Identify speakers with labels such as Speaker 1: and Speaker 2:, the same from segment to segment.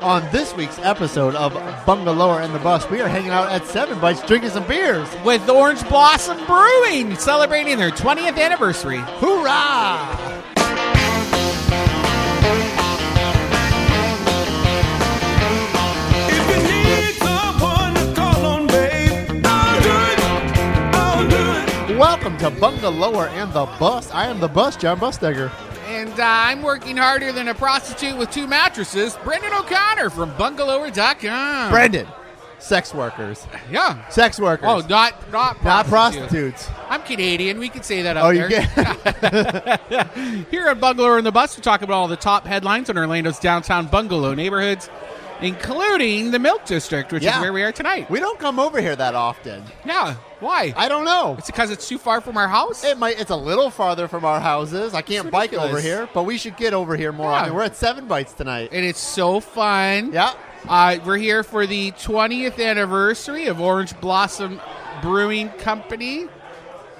Speaker 1: On this week's episode of Bungalower and the Bus, we are hanging out at Seven Bites drinking some beers.
Speaker 2: with Orange Blossom Brewing celebrating their 20th anniversary.
Speaker 1: Hoorah!
Speaker 3: If you need someone to call on, babe, I'll do it. I'll do it.
Speaker 1: Welcome to Bungalower and the Bus. I am the bus, John Bustegger.
Speaker 2: And uh, I'm working harder than a prostitute with two mattresses, Brendan O'Connor from bungalower.com.
Speaker 1: Brendan, sex workers.
Speaker 2: yeah.
Speaker 1: Sex workers.
Speaker 2: Oh, not not
Speaker 1: not
Speaker 2: prostitute.
Speaker 1: prostitutes.
Speaker 2: I'm Canadian. We can say that up
Speaker 1: Oh,
Speaker 2: there.
Speaker 1: you get.
Speaker 2: Here at Bungalower in the Bus, we talk about all the top headlines in Orlando's downtown bungalow neighborhoods, including the Milk District, which
Speaker 1: Yeah.
Speaker 2: is where we are tonight.
Speaker 1: we don't come over here that often.
Speaker 2: yeah. Why?
Speaker 1: I don't know.
Speaker 2: it's because it's too far from our house.
Speaker 1: It might. It's a little farther from our houses. I can't
Speaker 2: It's
Speaker 1: bike
Speaker 2: ridiculous.
Speaker 1: over here, but we should get over here more
Speaker 2: Yeah.
Speaker 1: often. We're at Seven Bites tonight.
Speaker 2: and it's so fun.
Speaker 1: yeah.
Speaker 2: Uh, we're here for the 20th anniversary of Orange Blossom Brewing Company.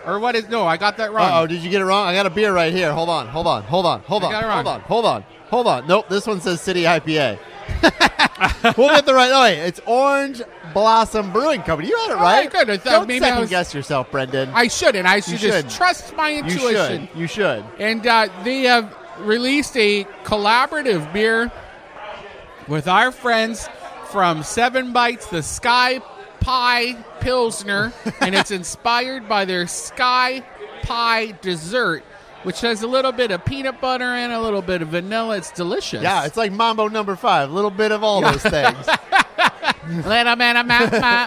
Speaker 2: Or what is. No, I got that wrong.
Speaker 1: Uh oh, did you get it wrong? I got a beer right here. Hold on, hold on, hold on, hold
Speaker 2: I
Speaker 1: on,
Speaker 2: got it
Speaker 1: hold
Speaker 2: wrong.
Speaker 1: on, hold on, hold on. Nope, this one says City IPA. we'll get the right. Oh, wait, it's Orange Blossom Brewing Company. You had it
Speaker 2: All right,
Speaker 1: right.
Speaker 2: good. I thought
Speaker 1: Don't
Speaker 2: maybe I
Speaker 1: second
Speaker 2: was-
Speaker 1: guess yourself, Brendan.
Speaker 2: I shouldn't. I should just
Speaker 1: should.
Speaker 2: trust my
Speaker 1: you
Speaker 2: intuition.
Speaker 1: should. You should.
Speaker 2: And uh, they have released a collaborative beer with our friends from Seven Bites, the Sky Pie Pilsner, and it's inspired by their Sky Pie dessert, which has a little bit of peanut butter and a little bit of vanilla. It's delicious.
Speaker 1: Yeah, it's like Mambo Number Five. A little bit of all those things.
Speaker 2: little bit of ma-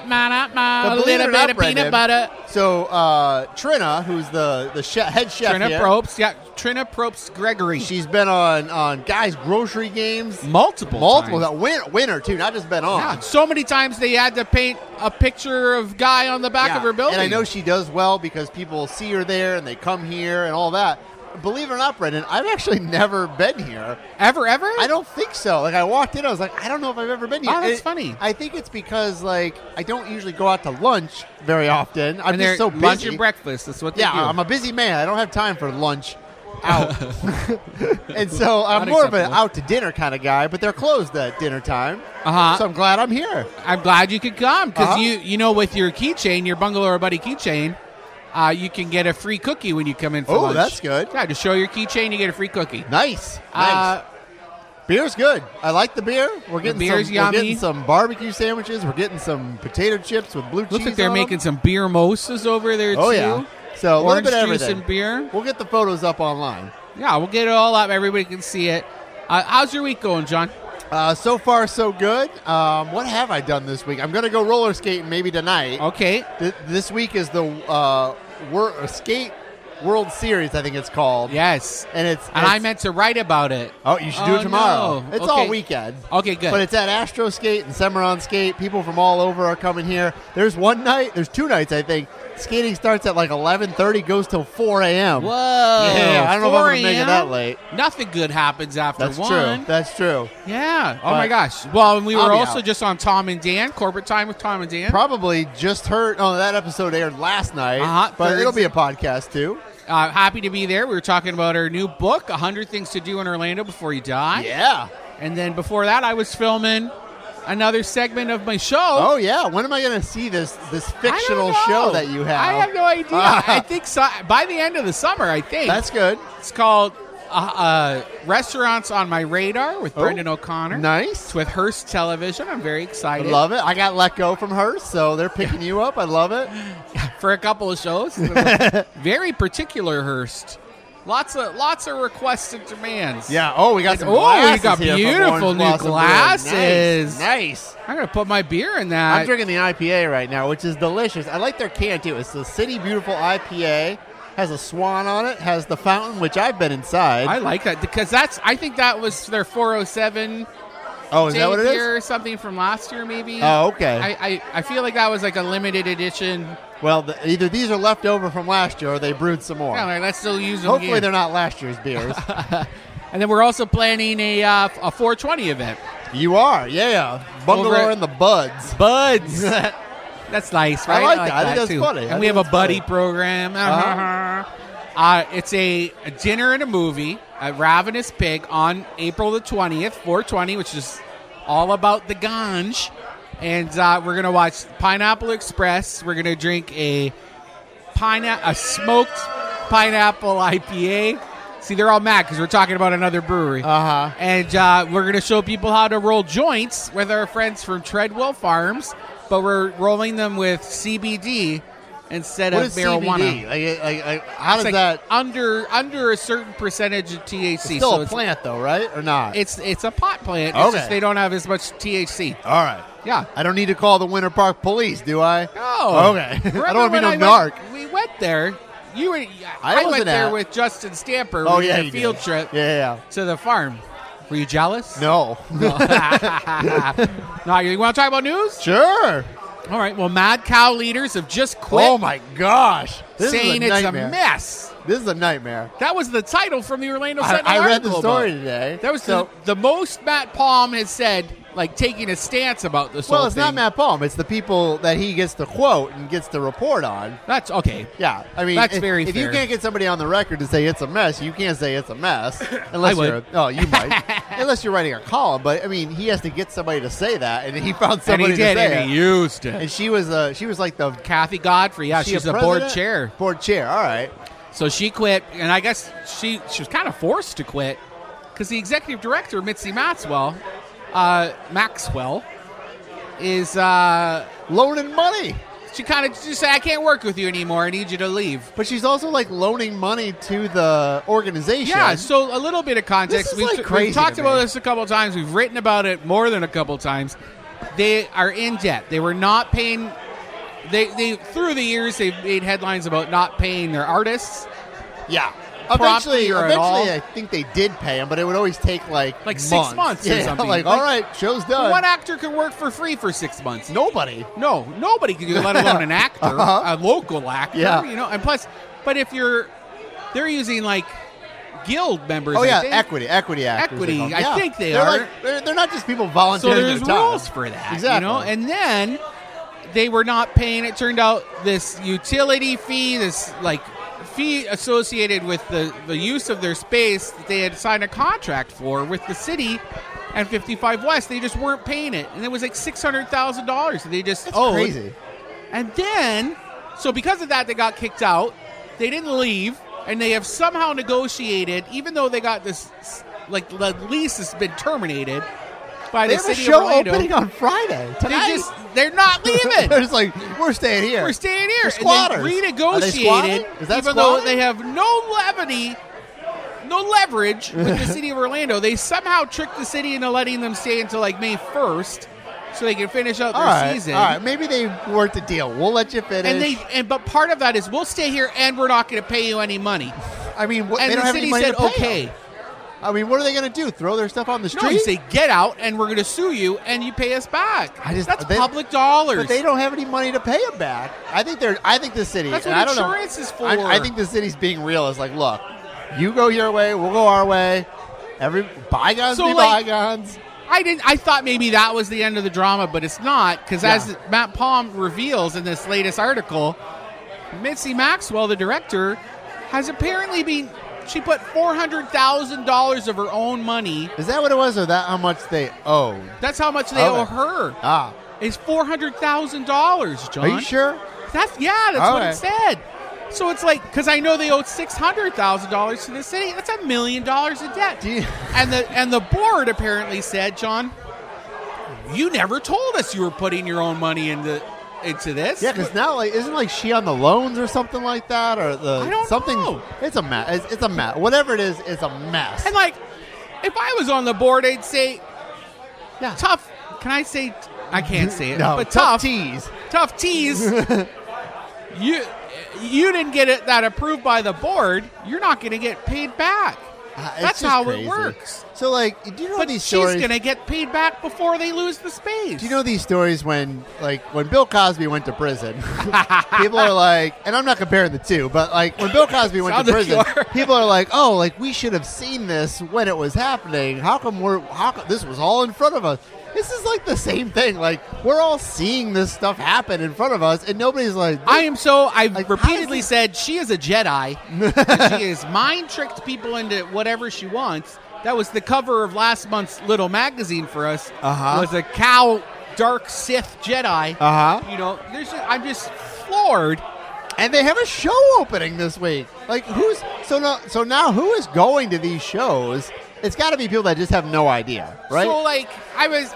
Speaker 2: ma- ma- ma- a
Speaker 1: But believe
Speaker 2: little
Speaker 1: it or not,
Speaker 2: bit of peanut
Speaker 1: Brendan,
Speaker 2: butter.
Speaker 1: So uh, Trina, who's the the chef, head chef
Speaker 2: Trina
Speaker 1: here,
Speaker 2: Probst, yeah, Trina Probst Gregory.
Speaker 1: she's been on on guys' grocery games
Speaker 2: multiple,
Speaker 1: multiple
Speaker 2: times.
Speaker 1: that win, winner too, not just been on.
Speaker 2: Yeah, so many times they had to paint a picture of Guy on the back
Speaker 1: Yeah,
Speaker 2: of her building.
Speaker 1: And I know she does well because people see her there and they come here and all that. Believe it or not, Brendan, I've actually never been here.
Speaker 2: ever, ever.
Speaker 1: I don't think so. Like I walked in, I was like, I don't know if I've ever been here.
Speaker 2: Oh, that's
Speaker 1: It-
Speaker 2: funny.
Speaker 1: I think it's because like I don't usually go out to lunch very often. I'm just
Speaker 2: and they're
Speaker 1: so busy.
Speaker 2: lunch and breakfast. That's what they
Speaker 1: yeah,
Speaker 2: do.
Speaker 1: I'm a busy man. I don't have time for lunch out. and so I'm more of an
Speaker 2: Unacceptable.
Speaker 1: out to dinner kind of guy, but they're closed at dinner time.
Speaker 2: Uh-huh.
Speaker 1: So I'm glad I'm here.
Speaker 2: I'm glad you could come because
Speaker 1: Uh-huh.
Speaker 2: you you know with your keychain, your bungalow or buddy keychain, uh, you can get a free cookie when you come in for
Speaker 1: Oh,
Speaker 2: lunch.
Speaker 1: that's good.
Speaker 2: Yeah, just show your keychain, you get a free cookie.
Speaker 1: Nice. Nice.
Speaker 2: Uh,
Speaker 1: Beer's good. I like the beer. We're getting
Speaker 2: beer's
Speaker 1: some,
Speaker 2: yummy.
Speaker 1: We're getting some barbecue sandwiches. We're getting some potato chips with blue cheese.
Speaker 2: looks like they're
Speaker 1: on
Speaker 2: making
Speaker 1: Them.
Speaker 2: some beer moses over there
Speaker 1: Oh
Speaker 2: too.
Speaker 1: yeah. So a little
Speaker 2: Orange
Speaker 1: bit of
Speaker 2: juice
Speaker 1: everything.
Speaker 2: and beer.
Speaker 1: We'll get the photos up online.
Speaker 2: Yeah, we'll get it all up. Everybody can see it. Uh, how's your week going, John?
Speaker 1: Uh, so far, so good. Um, what have I done this week? I'm going to go roller skating maybe tonight.
Speaker 2: Okay.
Speaker 1: Th- this week is the uh, wor- uh, skate World Series, I think it's called.
Speaker 2: Yes.
Speaker 1: And it's
Speaker 2: And I
Speaker 1: it's-
Speaker 2: meant to write about it.
Speaker 1: Oh, you should do
Speaker 2: Oh,
Speaker 1: it tomorrow.
Speaker 2: no.
Speaker 1: It's all
Speaker 2: Okay.
Speaker 1: weekend.
Speaker 2: Okay, good.
Speaker 1: But it's at Astro Skate and Cimarron Skate. People from all over are coming here. There's one night. There's two nights, I think. Skating starts at like 11:30, goes till 4 a.m.
Speaker 2: Whoa!
Speaker 1: Yeah, I don't know if I'm
Speaker 2: 4
Speaker 1: gonna make it
Speaker 2: a.m.?
Speaker 1: that late.
Speaker 2: Nothing good happens after
Speaker 1: That's
Speaker 2: one.
Speaker 1: true. That's true.
Speaker 2: yeah. Oh
Speaker 1: But
Speaker 2: my gosh. Well, and we
Speaker 1: I'll
Speaker 2: were
Speaker 1: be
Speaker 2: also
Speaker 1: out.
Speaker 2: just on Tom and Dan, corporate time with Tom and Dan.
Speaker 1: Probably just heard. Oh, that episode aired last night.
Speaker 2: Uh-huh,
Speaker 1: but
Speaker 2: Thursday.
Speaker 1: it'll be a podcast too.
Speaker 2: uh, happy to be there. We were talking about our new book, "100 Things to Do in Orlando Before You Die."
Speaker 1: Yeah.
Speaker 2: And then before that, I was filming another segment of my show.
Speaker 1: Oh yeah. When am I going to see this this
Speaker 2: I don't
Speaker 1: fictional
Speaker 2: know.
Speaker 1: show that you have?
Speaker 2: I have no idea. I think so, by the end of the summer, I think
Speaker 1: That's good.
Speaker 2: it's called uh, uh, "Restaurants on My Radar" with Brendan O'Connor. It's
Speaker 1: Oh, Nice.
Speaker 2: with Hearst Television. I'm very
Speaker 1: I
Speaker 2: excited.
Speaker 1: love it. I got let go from her, so they're picking you up. I love it.
Speaker 2: for a couple of shows. very particular Hearst. Lots of lots of requests and demands.
Speaker 1: Yeah. Oh, we got some.
Speaker 2: oh, we
Speaker 1: glasses
Speaker 2: got
Speaker 1: here from
Speaker 2: beautiful
Speaker 1: Orange
Speaker 2: new
Speaker 1: Blossom Brewing.
Speaker 2: glasses.
Speaker 1: Nice. nice.
Speaker 2: I'm gonna put my beer in that.
Speaker 1: I'm drinking the IPA right now, which is delicious. I like their can too. It's the City Beautiful IPA. Has a swan on it. Has the fountain, which I've been inside.
Speaker 2: I like that because that's. I think that was their 407
Speaker 1: oh, is
Speaker 2: day
Speaker 1: that what it is?
Speaker 2: beer or something from last year, maybe.
Speaker 1: Oh, okay.
Speaker 2: I, I I feel like that was like a limited edition.
Speaker 1: well, the, either these are left over from last year, or they brewed some more.
Speaker 2: Yeah, like, let's still use them.
Speaker 1: Hopefully,
Speaker 2: again.
Speaker 1: they're not last year's beers.
Speaker 2: And then we're also planning a uh, a 420 event.
Speaker 1: you are, yeah. Bungalow
Speaker 2: Over-
Speaker 1: and the Buds.
Speaker 2: Buds. That's nice,
Speaker 1: I
Speaker 2: right?
Speaker 1: like that. I think that's
Speaker 2: too.
Speaker 1: funny.
Speaker 2: And
Speaker 1: I
Speaker 2: we
Speaker 1: think
Speaker 2: have a
Speaker 1: that's
Speaker 2: buddy
Speaker 1: funny.
Speaker 2: program.
Speaker 1: Uh-huh.
Speaker 2: Uh, it's a, a dinner and a movie, a Ravenous Pig, on April the 20th, 420, which is all about the ganj. And uh, we're going to watch Pineapple Express. We're going to drink a pineapple, a smoked pineapple IPA. See, they're all mad because we're talking about another brewery.
Speaker 1: Uh-huh.
Speaker 2: And uh, we're going to show people how to roll joints with our friends from Treadwell Farms, but we're rolling them with CBD instead
Speaker 1: What
Speaker 2: of
Speaker 1: is
Speaker 2: marijuana.
Speaker 1: CBD? Like, like, like, how does
Speaker 2: It's like
Speaker 1: that?
Speaker 2: under under a certain percentage of THC?
Speaker 1: It's still
Speaker 2: so
Speaker 1: a
Speaker 2: it's-
Speaker 1: plant, though, right? Or not?
Speaker 2: It's it's a pot plant. It's
Speaker 1: Okay.
Speaker 2: just they don't have as much THC.
Speaker 1: All right.
Speaker 2: Yeah.
Speaker 1: I don't need to call the Winter Park Police, do I?
Speaker 2: Oh.
Speaker 1: Okay. I
Speaker 2: Remember
Speaker 1: don't want to
Speaker 2: when
Speaker 1: be no
Speaker 2: I
Speaker 1: narc.
Speaker 2: went- we went there. You were. I, went
Speaker 1: wasn't
Speaker 2: there
Speaker 1: at-
Speaker 2: with Justin Stamper.
Speaker 1: Oh
Speaker 2: we
Speaker 1: yeah,
Speaker 2: did
Speaker 1: you
Speaker 2: a field
Speaker 1: did.
Speaker 2: trip
Speaker 1: Yeah, yeah.
Speaker 2: to the farm. Were you jealous?
Speaker 1: yeah. No.
Speaker 2: no, you want to talk about news?
Speaker 1: sure.
Speaker 2: All right. Well, mad cow leaders have just quit
Speaker 1: Oh my gosh. This
Speaker 2: saying
Speaker 1: is a
Speaker 2: it's
Speaker 1: nightmare.
Speaker 2: a mess.
Speaker 1: This is a nightmare.
Speaker 2: That was the title from the Orlando
Speaker 1: I,
Speaker 2: Sentinel.
Speaker 1: I read the
Speaker 2: article
Speaker 1: story
Speaker 2: about it.
Speaker 1: today.
Speaker 2: That was
Speaker 1: so.
Speaker 2: the, the most Matt Palm has said, like taking a stance about this.
Speaker 1: well,
Speaker 2: whole
Speaker 1: it's not
Speaker 2: thing.
Speaker 1: Matt Palm. It's the people that he gets to quote and gets to report on.
Speaker 2: That's okay.
Speaker 1: Yeah, I mean,
Speaker 2: That's
Speaker 1: if,
Speaker 2: very
Speaker 1: if
Speaker 2: fair.
Speaker 1: you can't get somebody on the record to say it's a mess, you can't say it's a mess unless
Speaker 2: would.
Speaker 1: you're. Oh, you might, unless you're writing a column. But I mean, he has to get somebody to say that, and he found
Speaker 2: And
Speaker 1: somebody
Speaker 2: he did,
Speaker 1: to say
Speaker 2: and he
Speaker 1: it.
Speaker 2: used it.
Speaker 1: And she was uh, she was like the
Speaker 2: Kathy Godfrey, yeah,
Speaker 1: she
Speaker 2: she's a
Speaker 1: president?
Speaker 2: board chair,
Speaker 1: Board chair. All right.
Speaker 2: so she quit, and I guess she she was kind of forced to quit because the executive director Mitzi Maxwell, uh, Maxwell, is uh,
Speaker 1: Loaning money,
Speaker 2: she kind of just said, "I can't work with you anymore. I need you to leave."
Speaker 1: but she's also like loaning money to the organization.
Speaker 2: Yeah, so a little bit of context.
Speaker 1: This is,
Speaker 2: we've,
Speaker 1: like,
Speaker 2: we've
Speaker 1: crazy
Speaker 2: talked
Speaker 1: to
Speaker 2: about
Speaker 1: me.
Speaker 2: this a couple times. We've written about it more than a couple times. They are in debt. They were not paying. They, they through the years they've made headlines about not paying their artists.
Speaker 1: yeah.
Speaker 2: Promptly
Speaker 1: Eventually,
Speaker 2: or at
Speaker 1: eventually,
Speaker 2: all?
Speaker 1: I think they did pay him, but it would always take like
Speaker 2: Like six
Speaker 1: months.
Speaker 2: months or
Speaker 1: Yeah,
Speaker 2: something.
Speaker 1: Like,
Speaker 2: Like-
Speaker 1: all right, show's done.
Speaker 2: One actor could work for free for six months.
Speaker 1: Nobody.
Speaker 2: No, nobody can do that, let alone an actor,
Speaker 1: Uh-huh.
Speaker 2: a local actor.
Speaker 1: Yeah.
Speaker 2: you know. And plus, but if you're, they're using like guild members.
Speaker 1: Oh
Speaker 2: I
Speaker 1: yeah,
Speaker 2: think.
Speaker 1: equity, equity, actors,
Speaker 2: Equity,
Speaker 1: they call them.
Speaker 2: I
Speaker 1: Yeah.
Speaker 2: think they
Speaker 1: they're
Speaker 2: are.
Speaker 1: Like, they're, they're not just people
Speaker 2: So
Speaker 1: volunteering.
Speaker 2: there's
Speaker 1: their time.
Speaker 2: rules for that,
Speaker 1: Exactly.
Speaker 2: you know. And then they were not paying. It turned out this utility fee, this like fee associated with the the use of their space that they had signed a contract for with the city and 55 West. They just weren't paying it, and it was like six hundred thousand dollars. They just
Speaker 1: That's
Speaker 2: owed.
Speaker 1: crazy.
Speaker 2: And then, so because of that, they got kicked out. They didn't leave, and they have somehow negotiated, even though they got this, like the lease has been terminated by
Speaker 1: They
Speaker 2: the
Speaker 1: have a
Speaker 2: city
Speaker 1: show
Speaker 2: of Orlando.
Speaker 1: opening on Friday
Speaker 2: they
Speaker 1: tonight.
Speaker 2: just they're not
Speaker 1: they're
Speaker 2: leaving.
Speaker 1: just like we're staying here.
Speaker 2: We're staying here.
Speaker 1: They're squatters.
Speaker 2: And they
Speaker 1: Are they squatting?
Speaker 2: renegotiated,
Speaker 1: Is that
Speaker 2: even though
Speaker 1: squatting?
Speaker 2: they have no levity. No leverage with the city of Orlando. They somehow tricked the city into letting them stay until like May first, so they can finish out
Speaker 1: all
Speaker 2: their
Speaker 1: right,
Speaker 2: season.
Speaker 1: all right. Maybe they worked a deal. We'll let you finish.
Speaker 2: And they and but part of that is we'll stay here and we're not going to pay you any money.
Speaker 1: I mean, what,
Speaker 2: And
Speaker 1: they don't
Speaker 2: the
Speaker 1: have
Speaker 2: city
Speaker 1: any money
Speaker 2: said
Speaker 1: to pay
Speaker 2: okay.
Speaker 1: them. I mean, what are they going to do? Throw their stuff on the street?
Speaker 2: No, you say get out and we're going to sue you and you pay us back.
Speaker 1: I just-
Speaker 2: that's
Speaker 1: they-
Speaker 2: public dollars.
Speaker 1: but they don't have any money to pay them back. I think they're. I think the city.
Speaker 2: That's
Speaker 1: and
Speaker 2: what
Speaker 1: I don't
Speaker 2: insurance
Speaker 1: know,
Speaker 2: is
Speaker 1: I, I
Speaker 2: for.
Speaker 1: think the city's being real. It's like, look, you go your way, we'll go our way. Every bygones
Speaker 2: So,
Speaker 1: be
Speaker 2: like-
Speaker 1: bygones.
Speaker 2: I didn't. I thought maybe that was the end of the drama, but it's not because
Speaker 1: Yeah.
Speaker 2: as Matt Palm reveals in this latest article, Mitzi Maxwell, the director, has apparently been. She put four hundred thousand dollars of her own money.
Speaker 1: Is that what it was, or that how much they owed?
Speaker 2: That's how much they
Speaker 1: Okay.
Speaker 2: owe her.
Speaker 1: Ah,
Speaker 2: Is four hundred thousand dollars, John?
Speaker 1: are you sure?
Speaker 2: That's yeah, that's
Speaker 1: All
Speaker 2: what it
Speaker 1: right.
Speaker 2: said. So it's like because I know they owed six hundred thousand dollars to the city. That's a million dollars in debt.
Speaker 1: Do you-
Speaker 2: And the and the board apparently said, John, you never told us you were putting your own money into into this.
Speaker 1: Yeah, because now like isn't like she on the loans or something like that, or the
Speaker 2: I don't
Speaker 1: something.
Speaker 2: know.
Speaker 1: It's a mess. It's, it's a mess. Whatever it is, it's a mess.
Speaker 2: and like if I was on the board, I'd say
Speaker 1: Yeah.
Speaker 2: tough. Can I say I can't say it,
Speaker 1: no,
Speaker 2: but tough
Speaker 1: tease.
Speaker 2: tough tease. you you didn't get it that approved by the board. You're not going to get paid back.
Speaker 1: Ah, it's
Speaker 2: That's
Speaker 1: just
Speaker 2: how
Speaker 1: crazy.
Speaker 2: it works.
Speaker 1: So like, do you know
Speaker 2: But
Speaker 1: these
Speaker 2: she's
Speaker 1: stories?
Speaker 2: going to get paid back before they lose the space.
Speaker 1: Do you know these stories when, like, when Bill Cosby went to prison, people are like, and I'm not comparing the two, but like when Bill Cosby went
Speaker 2: Sounds
Speaker 1: to prison,
Speaker 2: like you are.
Speaker 1: people are like, oh, like we should have seen this when it was happening. How come we're, how come this was all in front of us? This is like the same thing. Like we're all seeing this stuff happen in front of us, and nobody's like,
Speaker 2: I am so. I've
Speaker 1: Like, how does
Speaker 2: repeatedly
Speaker 1: this-
Speaker 2: said she is a Jedi. And she has mind tricked people into whatever she wants. That was the cover of last month's little magazine for us.
Speaker 1: Uh-huh.
Speaker 2: Was a cow, dark Sith Jedi.
Speaker 1: Uh huh.
Speaker 2: You know, there's just, I'm just floored.
Speaker 1: And they have a show opening this week. Like who's so now? So now who is going to these shows? It's got to be people that just have no idea, right?
Speaker 2: So like I was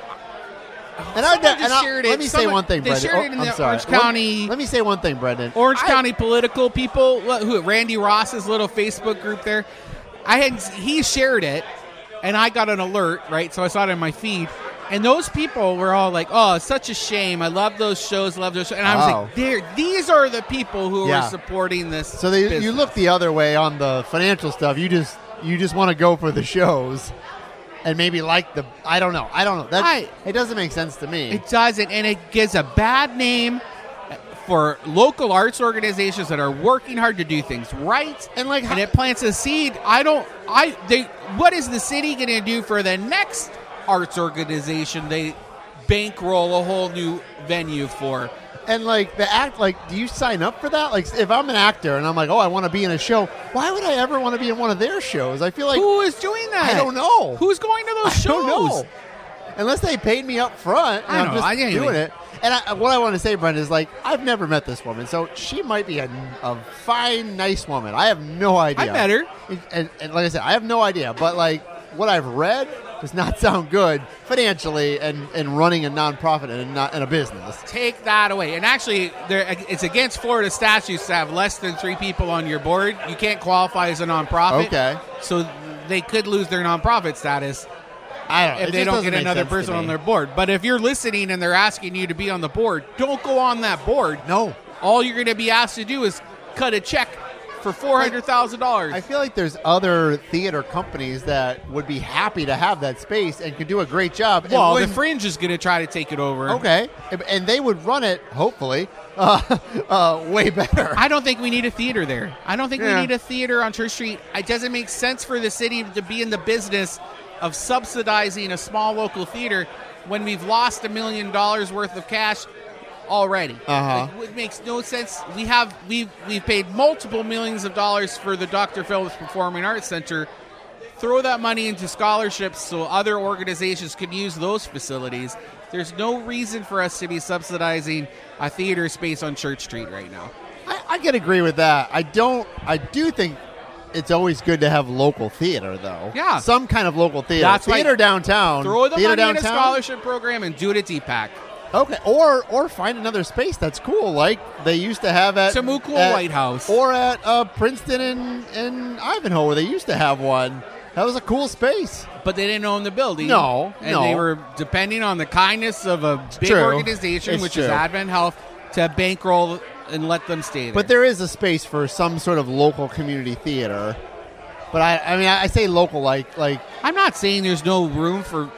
Speaker 1: and I,
Speaker 2: someone just
Speaker 1: and I-
Speaker 2: shared
Speaker 1: let
Speaker 2: it.
Speaker 1: me say
Speaker 2: Someone-
Speaker 1: one thing,
Speaker 2: they
Speaker 1: Brendan.
Speaker 2: shared it in
Speaker 1: I'm
Speaker 2: the
Speaker 1: sorry.
Speaker 2: Orange
Speaker 1: Let-
Speaker 2: County-
Speaker 1: Let, me say one thing, Brendan.
Speaker 2: Orange
Speaker 1: I-
Speaker 2: County political people, wh- who Randy Ross's little Facebook group there. I had he shared it, and I got an alert right, so I saw it in my feed. And those people were all like, "Oh, it's such a shame! I love those shows, love those." Shows. And I was
Speaker 1: Oh.
Speaker 2: like, "There, these are the people who
Speaker 1: Yeah.
Speaker 2: are supporting this."
Speaker 1: So they, you
Speaker 2: business."
Speaker 1: look the other way on the financial stuff. You just you just want to go for the shows, and maybe like the I don't know. I don't know. That
Speaker 2: I-
Speaker 1: it doesn't make sense to me.
Speaker 2: It doesn't, and it gives a bad name for local arts organizations that are working hard to do things right.
Speaker 1: And, like,
Speaker 2: and
Speaker 1: how-
Speaker 2: it plants a seed. I don't. I they. What is the city going to do for the next arts organization? They bankroll a whole new venue for.
Speaker 1: And like the act, like do you sign up for that? Like if I'm an actor and I'm like, oh, I want to be in a show. Why would I ever want to be in one of their shows? I feel like
Speaker 2: Who is doing that?
Speaker 1: I don't know.
Speaker 2: Who's going to those
Speaker 1: I
Speaker 2: shows?
Speaker 1: don't know. Unless they paid me up front, and
Speaker 2: I
Speaker 1: I'm
Speaker 2: don't know.
Speaker 1: just
Speaker 2: I didn't
Speaker 1: doing
Speaker 2: even-
Speaker 1: it. And I, what I want to say, Brenda, is like I've never met this woman, so she might be a, a fine, nice woman. I have no idea.
Speaker 2: I met her.
Speaker 1: and, and, and like I said, I have no idea. But like what I've read does not sound good financially, and, and running a nonprofit and not and a business.
Speaker 2: Take that away. And actually, there, it's against Florida statutes to have less than three people on your board. You can't qualify as a nonprofit.
Speaker 1: Okay.
Speaker 2: So they could lose their nonprofit status
Speaker 1: I don't.
Speaker 2: if
Speaker 1: it
Speaker 2: they
Speaker 1: just
Speaker 2: don't
Speaker 1: doesn't
Speaker 2: get
Speaker 1: make
Speaker 2: another
Speaker 1: sense to
Speaker 2: person
Speaker 1: me.
Speaker 2: on their board. But if you're listening and they're asking you to be on the board, don't go on that board.
Speaker 1: No,
Speaker 2: All you're going to be asked to do is cut a check for $400,000.
Speaker 1: I feel like there's other theater companies that would be happy to have that space and could do a great job. and
Speaker 2: well, the
Speaker 1: wouldn't-
Speaker 2: fringe is going to try to take it over.
Speaker 1: Okay, And- and they would run it hopefully uh, uh, way better.
Speaker 2: I don't think we need a theater there. I don't think
Speaker 1: Yeah.
Speaker 2: we need a theater on Church Street. It doesn't make sense for the city to be in the business of subsidizing a small local theater when we've lost a million dollars worth of cash already.
Speaker 1: Uh-huh.
Speaker 2: Like, it makes no sense. We have we've we've paid multiple millions of dollars for the Dr. Phillips Performing Arts Center. Throw that money into scholarships so other organizations can use those facilities. There's no reason for us to be subsidizing a theater space on Church Street right now.
Speaker 1: I, I can agree with that. I don't. I do think it's always good to have local theater, though.
Speaker 2: Yeah.
Speaker 1: some kind of local theater.
Speaker 2: That's why-
Speaker 1: theater downtown.
Speaker 2: Throw the
Speaker 1: theater
Speaker 2: money in a
Speaker 1: downtown.
Speaker 2: scholarship program and do it at DPAC.
Speaker 1: okay, or or find another space that's cool, like they used to have at
Speaker 2: Tamukua
Speaker 1: at-
Speaker 2: White House.
Speaker 1: or at uh, Princeton and and Ivanhoe, where they used to have one. That was a cool space.
Speaker 2: But they didn't own the building.
Speaker 1: No,
Speaker 2: And
Speaker 1: no.
Speaker 2: they were depending on the kindness of a big
Speaker 1: true.
Speaker 2: organization,
Speaker 1: It's
Speaker 2: which
Speaker 1: true.
Speaker 2: is Advent Health, to bankroll and let them stay there.
Speaker 1: But there is a space for some sort of local community theater. But I, I mean, I, I say local like like
Speaker 2: I'm not saying there's no room for.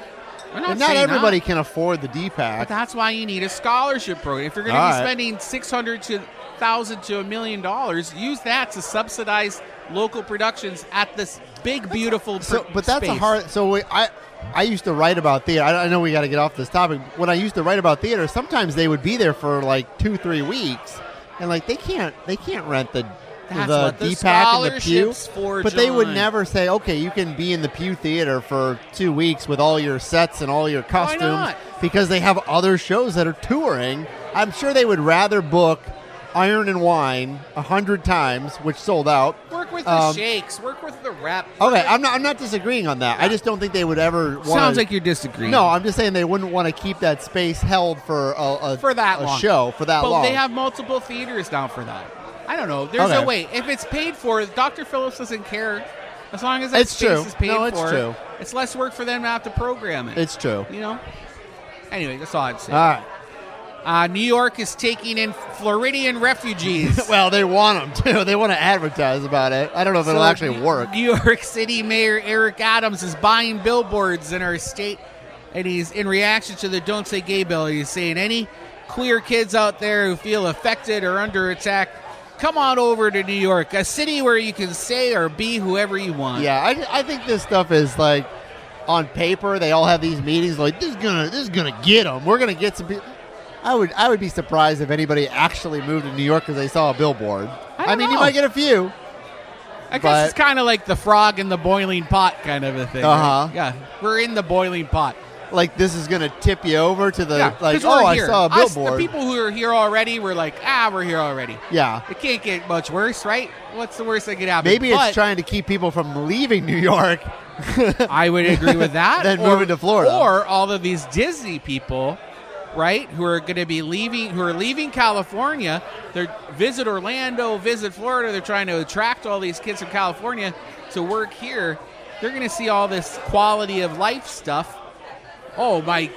Speaker 2: I'm not,
Speaker 1: and not
Speaker 2: saying
Speaker 1: everybody
Speaker 2: Not,
Speaker 1: can afford the D
Speaker 2: but
Speaker 1: pack.
Speaker 2: that's why you need a scholarship program. If you're going to
Speaker 1: All
Speaker 2: be
Speaker 1: right.
Speaker 2: spending 600 to 1000 to a million dollars, use that to subsidize local productions at this big, beautiful
Speaker 1: So,
Speaker 2: pr-
Speaker 1: but that's a
Speaker 2: space.
Speaker 1: hard. So we, I, I used to write about theater. I, I know we got to get off this topic. When I used to write about theater, sometimes they would be there for like two, three weeks, and like they can't, they can't rent the.
Speaker 2: That's
Speaker 1: the
Speaker 2: what the
Speaker 1: D pack and the pew,
Speaker 2: scholarships for,
Speaker 1: but they would
Speaker 2: John.
Speaker 1: never say, "Okay, you can be in the pew theater for two weeks with all your sets and all your costumes,"
Speaker 2: not?
Speaker 1: because they have other shows that are touring. I'm sure they would rather book Iron and Wine a hundred times, which sold out,
Speaker 2: Work with the
Speaker 1: Um, Oh,
Speaker 2: shakes. Work with the rep.
Speaker 1: Okay, I'm not. I'm not disagreeing on that. I just don't think they would ever. Wanna,
Speaker 2: Sounds like you're disagreeing.
Speaker 1: No, I'm just saying they wouldn't want to keep that space held for a, a
Speaker 2: for that
Speaker 1: a
Speaker 2: long.
Speaker 1: show for that
Speaker 2: but
Speaker 1: long.
Speaker 2: they have multiple theaters now for that. I don't know. There's
Speaker 1: Okay.
Speaker 2: no way. If it's paid for, Dr. Phillips doesn't care. As long as that
Speaker 1: It's
Speaker 2: space
Speaker 1: true.
Speaker 2: is paid
Speaker 1: No, it's
Speaker 2: for,
Speaker 1: true.
Speaker 2: it's less work for them to have to program it.
Speaker 1: it's true.
Speaker 2: you know. Anyway, that's all I'd say.
Speaker 1: All right.
Speaker 2: Uh, New York is taking in Floridian refugees.
Speaker 1: Well, they want them too. They want to advertise about it. I don't know if it'll
Speaker 2: So,
Speaker 1: actually
Speaker 2: New-
Speaker 1: work.
Speaker 2: New York City Mayor Eric Adams is buying billboards in our state, and he's in reaction to the "Don't Say Gay" bill. He's saying any queer kids out there who feel affected or under attack, come on over to New York, a city where you can say or be whoever you want.
Speaker 1: Yeah, I, I think this stuff is like on paper. They all have these meetings. Like this is gonna this is gonna get them. We're gonna get some people. I would I would be surprised if anybody actually moved to New York because they saw a billboard.
Speaker 2: I don't
Speaker 1: mean, you
Speaker 2: know.
Speaker 1: might get a few.
Speaker 2: I guess
Speaker 1: But-
Speaker 2: it's kind of like the frog in the boiling pot kind of a thing. right?
Speaker 1: Uh-huh.
Speaker 2: Yeah, we're in the boiling pot.
Speaker 1: Like this is gonna tip you over to the
Speaker 2: yeah,
Speaker 1: like.
Speaker 2: 'cause
Speaker 1: Oh,
Speaker 2: we're
Speaker 1: I
Speaker 2: here.
Speaker 1: saw a
Speaker 2: Us,
Speaker 1: billboard.
Speaker 2: the people who are here already, we're like, ah, we're here already.
Speaker 1: yeah,
Speaker 2: It can't get much worse, right? What's the worst that could happen?
Speaker 1: maybe
Speaker 2: But
Speaker 1: it's trying to keep people from leaving New York.
Speaker 2: I would agree with that.
Speaker 1: Then moving to Florida.
Speaker 2: or all of these Disney people, right? Who are going to be leaving? Who are leaving California? They're visit Orlando, visit Florida. They're trying to attract all these kids from California to work here. They're going to see all this quality of life stuff. Oh my,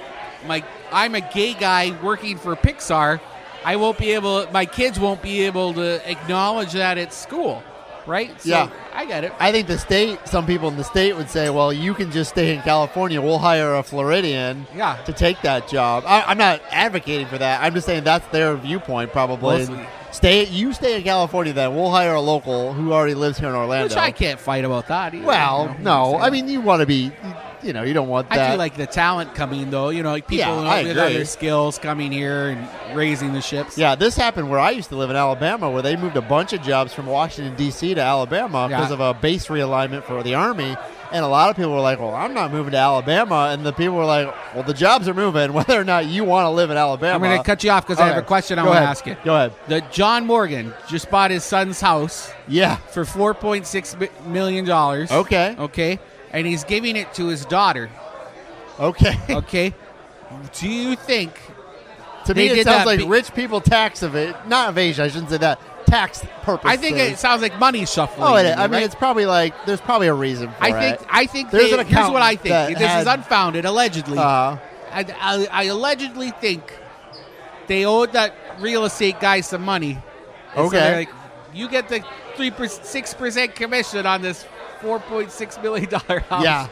Speaker 2: my! I'm a gay guy working for Pixar. I won't be able. My kids won't be able to acknowledge that at school, right? So
Speaker 1: Yeah.
Speaker 2: I got it.
Speaker 1: I think the state, some people in the state would say, well, you can just stay in California. We'll hire a Floridian
Speaker 2: Yeah.
Speaker 1: to take that job. I, I'm not advocating for that. I'm just saying that's their viewpoint,
Speaker 2: Well,
Speaker 1: probably.
Speaker 2: it's-
Speaker 1: And stay, you stay in California then. We'll hire a local who already lives here in Orlando.
Speaker 2: Which I can't fight about that. Either,
Speaker 1: Well,
Speaker 2: you know,
Speaker 1: no. I
Speaker 2: so-
Speaker 1: mean, you want to be, you know, you don't want that.
Speaker 2: I do like the talent coming though. You know, like
Speaker 1: Yeah,
Speaker 2: people
Speaker 1: I
Speaker 2: with
Speaker 1: agree.
Speaker 2: other skills coming here and raising the ships.
Speaker 1: yeah, this happened where I used to live in Alabama, where they moved a bunch of jobs from Washington D.C. to Alabama because
Speaker 2: Yeah.
Speaker 1: of a base realignment for the army. And a lot of people were like, "Well, I'm not moving to Alabama," and the people were like, "Well, the jobs are moving, whether or not you want to live in Alabama."
Speaker 2: I'm going to cut you off because I have a question I
Speaker 1: Go
Speaker 2: want to
Speaker 1: ahead.
Speaker 2: ask you.
Speaker 1: Go ahead.
Speaker 2: The John Morgan just bought his son's house
Speaker 1: Yeah.
Speaker 2: for 4.6 mi- million dollars.
Speaker 1: Okay.
Speaker 2: Okay. And he's giving it to his daughter.
Speaker 1: Okay.
Speaker 2: Okay. Do you think
Speaker 1: to
Speaker 2: they
Speaker 1: me, it
Speaker 2: did
Speaker 1: sounds
Speaker 2: that
Speaker 1: like
Speaker 2: be-
Speaker 1: rich people tax of it, not evasion. I shouldn't say that. Tax purpose.
Speaker 2: I think
Speaker 1: thing.
Speaker 2: it sounds like money shuffling.
Speaker 1: Oh,
Speaker 2: to
Speaker 1: it,
Speaker 2: me,
Speaker 1: I mean,
Speaker 2: right?
Speaker 1: it's probably like there's probably a reason for
Speaker 2: I
Speaker 1: it.
Speaker 2: think I think
Speaker 1: There's
Speaker 2: they,
Speaker 1: an
Speaker 2: here's what I
Speaker 1: accountant that
Speaker 2: think. This
Speaker 1: had-
Speaker 2: is unfounded, allegedly.
Speaker 1: Uh,
Speaker 2: I, I, I allegedly think they owed that real estate guy some money. And so
Speaker 1: Okay.
Speaker 2: they're like, you get the three six percent commission on this four point six million dollar house.
Speaker 1: Yeah.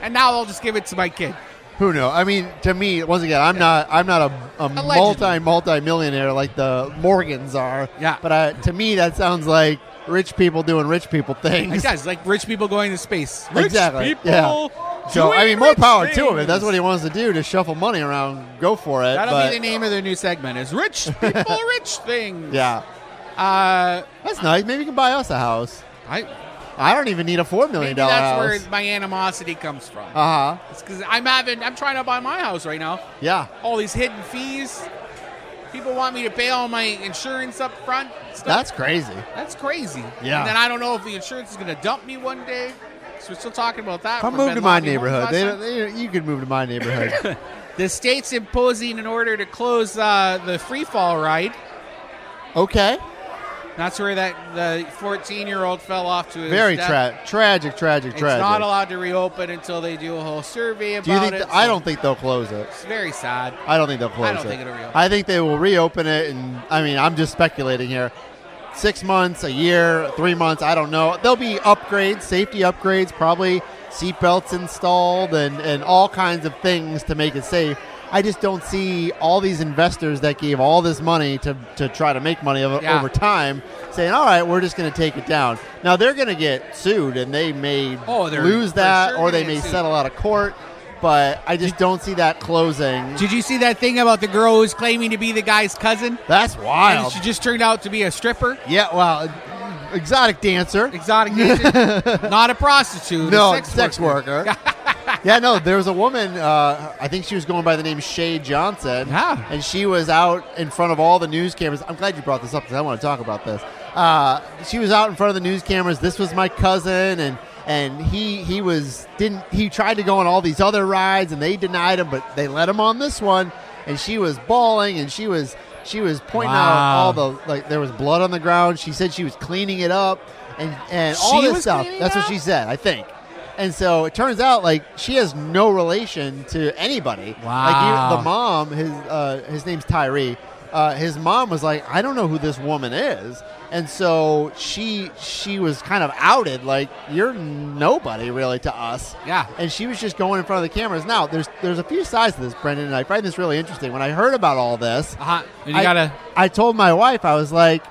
Speaker 2: And now I'll just give it to my kid.
Speaker 1: Who knows? I mean, to me, once again, I'm not I'm not a, a
Speaker 2: Allegedly.
Speaker 1: multi multi millionaire like the Morgans are.
Speaker 2: Yeah.
Speaker 1: But I, to me, that sounds like rich people doing rich people
Speaker 2: Like
Speaker 1: things.
Speaker 2: guys, like rich people going to space. Rich
Speaker 1: Exactly,
Speaker 2: people.
Speaker 1: yeah. So I
Speaker 2: doing
Speaker 1: mean, more
Speaker 2: rich
Speaker 1: power to him. If that's
Speaker 2: things.
Speaker 1: what he wants to do to shuffle money around, go for it.
Speaker 2: That'll
Speaker 1: but,
Speaker 2: be the name of their new segment: is rich people, rich things.
Speaker 1: Yeah,
Speaker 2: Uh,
Speaker 1: that's nice. Maybe you can buy us a house.
Speaker 2: I
Speaker 1: I don't even need a four
Speaker 2: maybe
Speaker 1: million dollar
Speaker 2: that's
Speaker 1: house.
Speaker 2: where my animosity comes from.
Speaker 1: Uh huh.
Speaker 2: It's because I'm having, I'm trying to buy my house right now.
Speaker 1: Yeah.
Speaker 2: All these hidden fees. People want me to pay all my insurance up front. Stuff.
Speaker 1: That's crazy.
Speaker 2: That's crazy.
Speaker 1: Yeah.
Speaker 2: And then I don't know if the insurance is going to dump me one day. So we're still talking about that.
Speaker 1: Come
Speaker 2: from
Speaker 1: move to
Speaker 2: Ben
Speaker 1: my
Speaker 2: Lobby Homes
Speaker 1: neighborhood.
Speaker 2: last
Speaker 1: They,
Speaker 2: time.
Speaker 1: they, you could move to my neighborhood.
Speaker 2: the state's imposing an order to close uh, the free fall ride.
Speaker 1: okay.
Speaker 2: That's where that the 14 year old fell off to his
Speaker 1: Very
Speaker 2: death.
Speaker 1: tra- tragic, tragic,
Speaker 2: It's
Speaker 1: tragic.
Speaker 2: not allowed to reopen until they do a whole survey about
Speaker 1: Do you think?
Speaker 2: it.
Speaker 1: th- I
Speaker 2: so
Speaker 1: don't think they'll close it.
Speaker 2: It's very sad.
Speaker 1: I don't think they'll close
Speaker 2: I don't
Speaker 1: it.
Speaker 2: think it'll reopen.
Speaker 1: I think they will reopen it, and I mean, I'm just speculating here. Six months, a year, three months, I don't know. There'll be upgrades, safety upgrades, probably seatbelts installed, and, and all kinds of things to make it safe. I just don't see all these investors that gave all this money to, to try to make money of,
Speaker 2: Yeah.
Speaker 1: over time saying, all right, we're just going to take it down. Now, they're going to get sued, and they may
Speaker 2: Oh, they're
Speaker 1: lose
Speaker 2: for
Speaker 1: that,
Speaker 2: sure
Speaker 1: or they
Speaker 2: gonna
Speaker 1: may
Speaker 2: get sued.
Speaker 1: settle out of court. But I just don't see that closing.
Speaker 2: Did you see that thing about the girl who's claiming to be the guy's cousin?
Speaker 1: That's
Speaker 2: And
Speaker 1: wild.
Speaker 2: she just turned out to be a stripper,
Speaker 1: yeah, well, exotic dancer.
Speaker 2: exotic, dancer, not a prostitute, a
Speaker 1: No,
Speaker 2: sex,
Speaker 1: worker. yeah, no, there was a woman. Uh, I think she was going by the name Shay Johnson.
Speaker 2: Yeah.
Speaker 1: and she was out in front of all the news cameras. I'm glad you brought this up because I want to talk about this. Uh, she was out in front of the news cameras. This was my cousin, and and he he was didn't he tried to go on all these other rides, and they denied him, but they let him on this one, and she was bawling, and she was she was pointing
Speaker 2: Wow.
Speaker 1: out all the like there was blood on the ground. She said she was cleaning it up, and and all
Speaker 2: She
Speaker 1: this
Speaker 2: was
Speaker 1: stuff.
Speaker 2: cleaning it
Speaker 1: That's what
Speaker 2: up?
Speaker 1: she said, I think. And so it turns out like she has no relation to anybody.
Speaker 2: Wow.
Speaker 1: Like you, the mom, his uh, his name's Tyree. Uh, his mom was like, I don't know who this woman is, and so she she was kind of outed, like you're nobody really to us.
Speaker 2: Yeah.
Speaker 1: And she was just going in front of the cameras. Now there's there's a few sides to this, Brendan, and I find this really interesting. When I heard about all this,
Speaker 2: Uh-huh. And you
Speaker 1: I,
Speaker 2: gotta,
Speaker 1: I told my wife, I was like,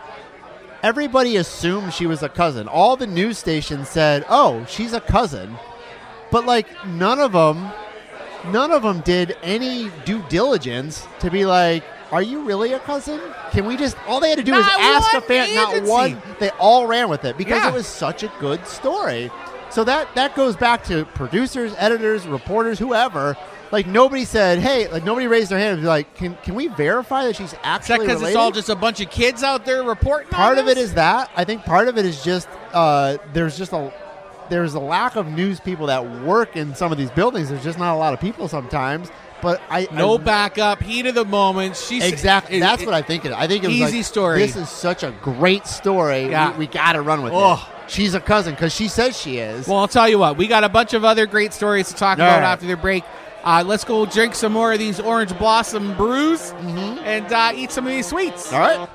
Speaker 1: everybody assumed she was a cousin. All the news stations said, "Oh, she's a cousin," but like none of them, none of them did any due diligence to be like, Are you really a cousin? Can we just all they had to do
Speaker 2: Not
Speaker 1: was ask a
Speaker 2: one
Speaker 1: fan, not
Speaker 2: agency.
Speaker 1: one. They all ran with it because
Speaker 2: Yeah.
Speaker 1: it was such a good story. So that that goes back to producers, editors, reporters, whoever. Like nobody said, "Hey!" Like nobody raised their hand and be like, "Can can we verify that she's
Speaker 2: Is that
Speaker 1: actually
Speaker 2: because
Speaker 1: related?"
Speaker 2: it's all just a bunch of kids out there reporting? on
Speaker 1: part of
Speaker 2: this?
Speaker 1: it is that I think part of it is just uh, there's just a there's a lack of news people that work in some of these buildings. There's just not a lot of people sometimes. But I
Speaker 2: no
Speaker 1: I,
Speaker 2: backup, heat of the moment. She's
Speaker 1: Exactly.
Speaker 2: it-
Speaker 1: That's
Speaker 2: it-
Speaker 1: what I think. It. I think it was
Speaker 2: Easy
Speaker 1: like,
Speaker 2: story.
Speaker 1: This is such a great story.
Speaker 2: Yeah.
Speaker 1: We, we got to run with
Speaker 2: Ugh.
Speaker 1: it. She's a cousin because she says she is.
Speaker 2: Well, I'll tell you what. We got a bunch of other great stories to talk
Speaker 1: All
Speaker 2: about
Speaker 1: right.
Speaker 2: after the break. Uh, let's go drink some more of these orange blossom brews
Speaker 1: Mm-hmm.
Speaker 2: and uh, eat some of these sweets.
Speaker 1: All right.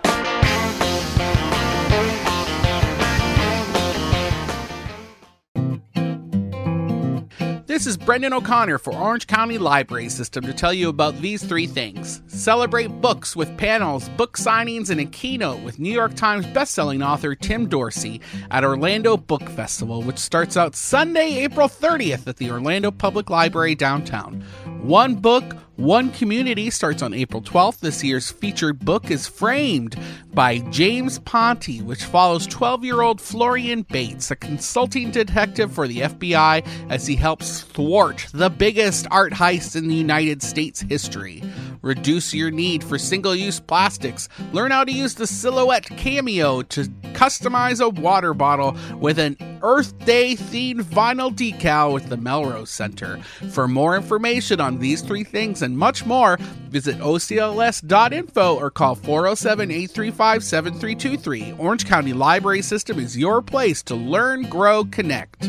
Speaker 2: This is Brendan O'Connor for Orange County Library System to tell you about these three things. Celebrate books with panels, book signings, and a keynote with New York Times bestselling author Tim Dorsey at Orlando Book Festival, which starts out Sunday, April 30th at the Orlando Public Library downtown. One book, one community starts on April 12th. This year's featured book is Framed by James Ponti, which follows 12 year old Florian Bates, a consulting detective for the FBI, as he helps thwart the biggest art heist in the United States history. Reduce your need for single use plastics. Learn how to use the Silhouette Cameo to customize a water bottle with an Earth Day themed vinyl decal with the Melrose Center. For more information on these three things and much more, visit ocls.info or call 407 835 7323. Orange County Library System is your place to learn, grow, connect.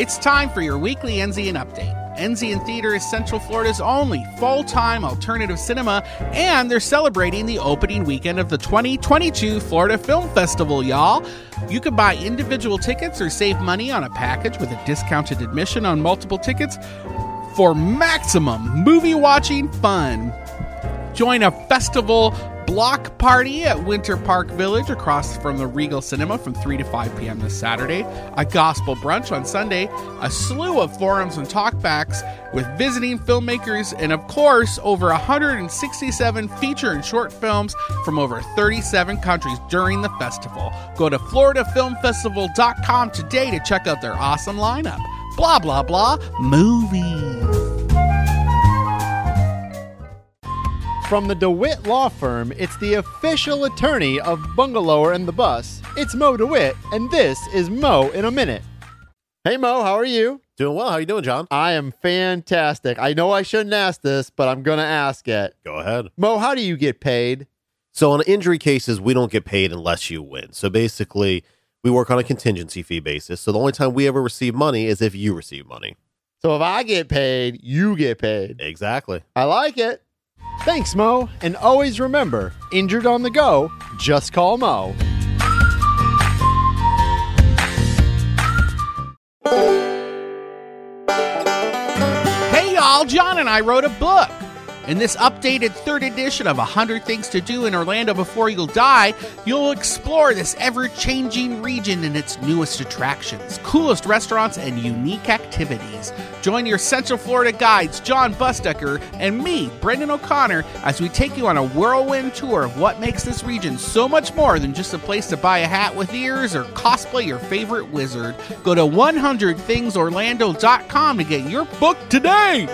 Speaker 2: It's time for your weekly Enzian update. Enzian Theater is Central Florida's only full time alternative cinema, and they're celebrating the opening weekend of the 2022 Florida Film Festival, y'all. You can buy individual tickets or save money on a package with a discounted admission on multiple tickets for maximum movie watching fun. Join a festival block party at Winter Park Village across from the Regal Cinema from 3 to 5 p.m. this Saturday, a gospel brunch on Sunday, a slew of forums and talkbacks with visiting filmmakers, and of course, over 167 feature and short films from over 37 countries during the festival. Go to floridafilmfestival.com today to check out their awesome lineup. Blah, blah, blah, movies.
Speaker 1: From the DeWitt Law Firm, it's the official attorney of Bungalower and the Bus. It's Mo DeWitt, and this is Mo in a Minute. Hey, Mo, how are you?
Speaker 4: Doing well. How you doing, John?
Speaker 1: I am fantastic. I know I shouldn't ask this, but I'm going to ask it.
Speaker 4: Go ahead.
Speaker 1: Mo, how do you get paid?
Speaker 4: So on injury cases, we don't get paid unless you win. So basically, we work on a contingency fee basis. So the only time we ever receive money is if you receive money.
Speaker 1: So if I get paid, you get paid.
Speaker 4: Exactly.
Speaker 1: I like it. Thanks, Mo. And always remember injured on the go, just call Mo.
Speaker 2: Hey y'all, John and I wrote a book. In this updated third edition of 100 Things to Do in Orlando Before You'll Die, you'll explore this ever changing region and its newest attractions, coolest restaurants, and unique activities. Join your Central Florida guides, John Bustecker, and me, Brendan O'Connor, as we take you on a whirlwind tour of what makes this region so much more than just a place to buy a hat with ears or cosplay your favorite wizard. Go to 100thingsorlando.com to get your book today.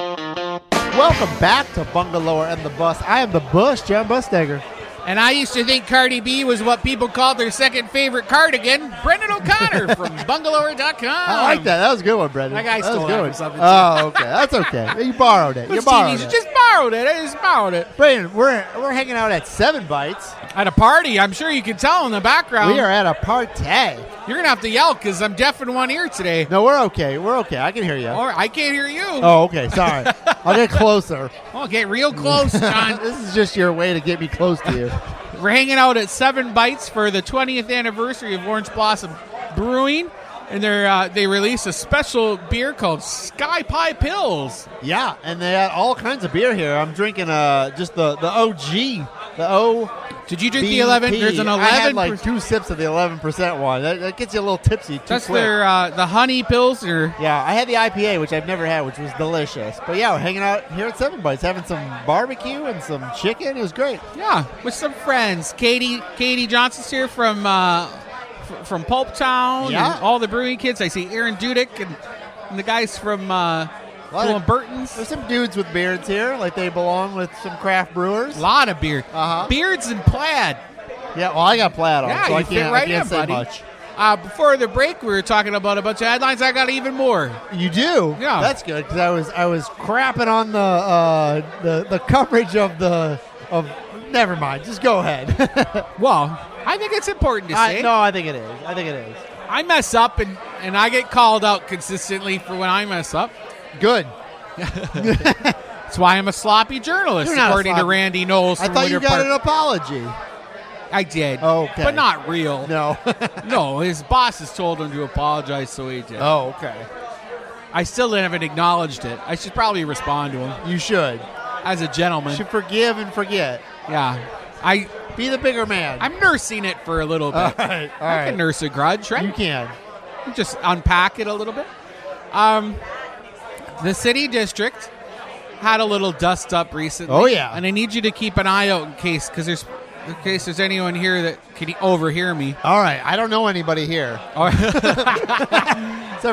Speaker 1: Welcome back to Bungalower and the Bus. I am the Bush, John Bustegger.
Speaker 2: And I used to think Cardi B was what people called their second favorite cardigan. Brendan O'Connor from bungalower.com.
Speaker 1: I like that. That was a good one, Brendan.
Speaker 2: Um, That guy
Speaker 1: was
Speaker 2: stole
Speaker 1: a
Speaker 2: that
Speaker 1: good
Speaker 2: from
Speaker 1: one.
Speaker 2: something, too.
Speaker 1: Oh, okay. That's okay. You borrowed it. You
Speaker 2: Those
Speaker 1: borrowed
Speaker 2: TVs,
Speaker 1: it.
Speaker 2: just borrowed it. I just borrowed it.
Speaker 1: Brandon, we're, we're hanging out at Seven Bites.
Speaker 2: At a party, I'm sure you can tell in the background.
Speaker 1: we are at a party.
Speaker 2: You're going to have to yell because I'm deaf in one ear today.
Speaker 1: No, we're okay. We're okay. I can hear you.
Speaker 2: Or I can't hear you.
Speaker 1: Oh, okay. Sorry. I'll get closer.
Speaker 2: Oh, get real close, John.
Speaker 1: this is just your way to get me close to you.
Speaker 2: We're hanging out at Seven Bites for the 20th anniversary of Orange Blossom Brewing, and they uh, they released a special beer called Sky Pie Pills.
Speaker 1: Yeah, and they had all kinds of beer here. I'm drinking uh just the the OG The O.
Speaker 2: Did you drink
Speaker 1: BP.
Speaker 2: the 11? There's an 11.
Speaker 1: I had like two sips of the 11% one. That, that gets you a little tipsy too
Speaker 2: that's
Speaker 1: quick.
Speaker 2: their uh, the honey pilsner.
Speaker 1: Yeah, I had the IPA, which I've never had, which was delicious. But yeah, we're hanging out here at Seven Bites, having some barbecue and some chicken. It was great.
Speaker 2: Yeah, with some friends. Katie Katie Johnson's here from uh, f- from Pulp Town.
Speaker 1: Yeah.
Speaker 2: and all the brewing kids. I see Aaron Dudick and, and the guys from uh,
Speaker 1: Lot
Speaker 2: Cool
Speaker 1: of-
Speaker 2: and Burton's.
Speaker 1: There's some dudes with beards here, like they belong with some craft brewers.
Speaker 2: A lot of beer.
Speaker 1: Uh-huh.
Speaker 2: Beards and plaid.
Speaker 1: Yeah, well, I got plaid on,
Speaker 2: Yeah,
Speaker 1: so I
Speaker 2: you fit
Speaker 1: can't,
Speaker 2: right
Speaker 1: I can't
Speaker 2: in,
Speaker 1: say
Speaker 2: buddy.
Speaker 1: much.
Speaker 2: Uh, before the break, we were talking about a bunch of headlines. I got even more.
Speaker 1: You do?
Speaker 2: Yeah.
Speaker 1: that's good because I was I was crapping on the uh, the the coverage of the of. Never mind. Just go ahead.
Speaker 2: Well, I think it's important to say.
Speaker 1: I, no, I think it is. I think it is.
Speaker 2: I mess up, and, and I get called out consistently for when I mess up.
Speaker 1: Good.
Speaker 2: That's why I'm a sloppy journalist,
Speaker 1: You're not a
Speaker 2: according to
Speaker 1: sloppy-
Speaker 2: Randy Knowles.
Speaker 1: I
Speaker 2: from
Speaker 1: thought you
Speaker 2: Winter
Speaker 1: got
Speaker 2: Park.
Speaker 1: an apology.
Speaker 2: I did.
Speaker 1: Okay.
Speaker 2: But not real.
Speaker 1: No.
Speaker 2: No, his bosses told him to apologize, so he did.
Speaker 1: oh, okay.
Speaker 2: I still haven't acknowledged it. I should probably respond to him
Speaker 1: You should.
Speaker 2: as a gentleman.
Speaker 1: should forgive and forget.
Speaker 2: Yeah. I,
Speaker 1: Be the bigger man.
Speaker 2: I'm nursing it for a little bit.
Speaker 1: all right, all
Speaker 2: I
Speaker 1: right.
Speaker 2: can nurse a grudge, right?
Speaker 1: Uh, You can.
Speaker 2: just unpack it a little bit. Um, the city district had a little dust up recently.
Speaker 1: Oh, yeah.
Speaker 2: and I need you to keep an eye out in case because there's in case there's anyone here that can e-, overhear me.
Speaker 1: All right. I don't know anybody here
Speaker 2: Or-
Speaker 1: except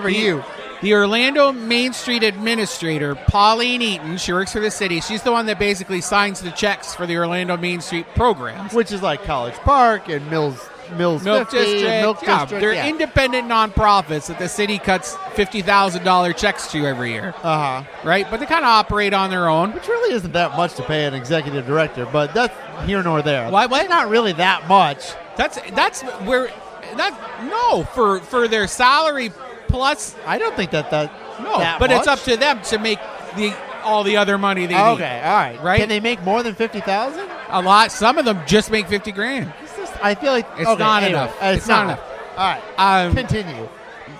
Speaker 1: for you.
Speaker 2: The Orlando Main Street administrator, Pauline Eaton, she works for the city. She's the one that basically signs the checks for the Orlando Main Street programs.
Speaker 1: which is like College Park and Mills Mills
Speaker 2: Milk
Speaker 1: 50 and
Speaker 2: District,
Speaker 1: Milk
Speaker 2: yeah,
Speaker 1: District.
Speaker 2: they're
Speaker 1: yeah.
Speaker 2: independent nonprofits that the city cuts fifty thousand dollar checks to every year,
Speaker 1: uh huh.
Speaker 2: right? But they kind of operate on their own.
Speaker 1: Which really isn't that much to pay an executive director, but that's here nor there.
Speaker 2: Why- why-
Speaker 1: It's not really that much?
Speaker 2: That's that's where that no for for their salary plus
Speaker 1: I don't think that that.
Speaker 2: no,
Speaker 1: that
Speaker 2: but it's
Speaker 1: much.
Speaker 2: up to them to make the all the other money they need.
Speaker 1: Okay, all right,
Speaker 2: Right?
Speaker 1: Can they make more than fifty thousand?
Speaker 2: a lot. Some of them just make fifty grand.
Speaker 1: I feel like
Speaker 2: It's
Speaker 1: okay,
Speaker 2: not
Speaker 1: anyway,
Speaker 2: enough.
Speaker 1: uh, It's,
Speaker 2: It's not enough.
Speaker 1: All right,
Speaker 2: Um,
Speaker 1: continue.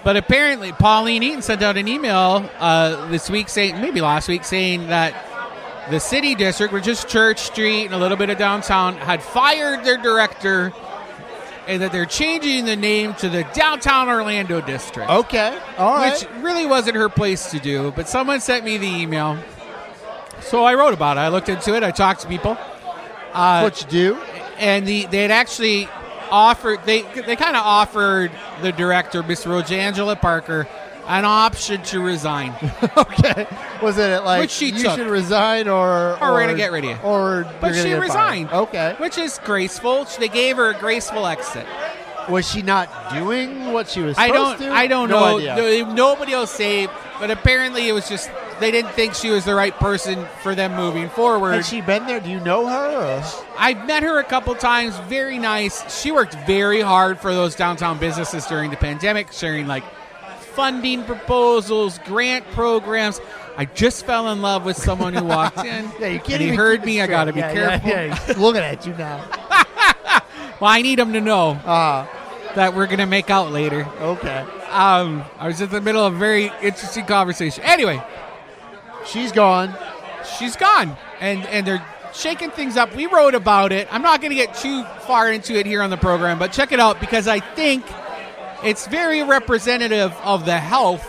Speaker 2: but apparently, Pauline Eaton sent out an email uh, this week saying maybe last week saying that. The city district, which is Church Street and a little bit of downtown, had fired their director, and that they're changing the name to the Downtown Orlando District.
Speaker 1: Okay, all right.
Speaker 2: which really wasn't her place to do, but someone sent me the email. So I wrote about it. I looked into it. I talked to people. Uh,
Speaker 1: what you do?
Speaker 2: and the, they'd actually offered, they, they kind of offered the director, Miss Rogangela Parker, an option to resign.
Speaker 1: okay, was it like
Speaker 2: Which she
Speaker 1: you
Speaker 2: took.
Speaker 1: should resign or
Speaker 2: Or we're gonna get rid of you.
Speaker 1: Or
Speaker 2: But
Speaker 1: you're gonna get
Speaker 2: she
Speaker 1: fired.
Speaker 2: resigned.
Speaker 1: Okay,
Speaker 2: Which is graceful. They gave her a graceful exit.
Speaker 1: was she not doing what she was?
Speaker 2: I don't.
Speaker 1: supposed to?
Speaker 2: I don't
Speaker 1: no
Speaker 2: know.
Speaker 1: Idea.
Speaker 2: No- Nobody will say. But apparently, it was just they didn't think she was the right person for them moving forward.
Speaker 1: Has she been there? Do you know her?
Speaker 2: I've met her a couple times. Very nice. She worked very hard for those downtown businesses during the pandemic, sharing like funding proposals, grant programs. I just fell in love with someone who walked in.
Speaker 1: Yeah, you can't.
Speaker 2: and he
Speaker 1: even
Speaker 2: heard
Speaker 1: keep
Speaker 2: me.
Speaker 1: it
Speaker 2: I got to be
Speaker 1: straight. Yeah,
Speaker 2: careful.
Speaker 1: yeah, yeah. Looking at you now.
Speaker 2: Well, I need him to know
Speaker 1: Ah,
Speaker 2: that we're gonna make out later.
Speaker 1: okay.
Speaker 2: Um, I was in the middle of a very interesting conversation. Anyway,
Speaker 1: She's gone.
Speaker 2: she's gone and and they're shaking things up we wrote about it i'm not going to get too far into it here on the program but check it out because i think it's very representative of the health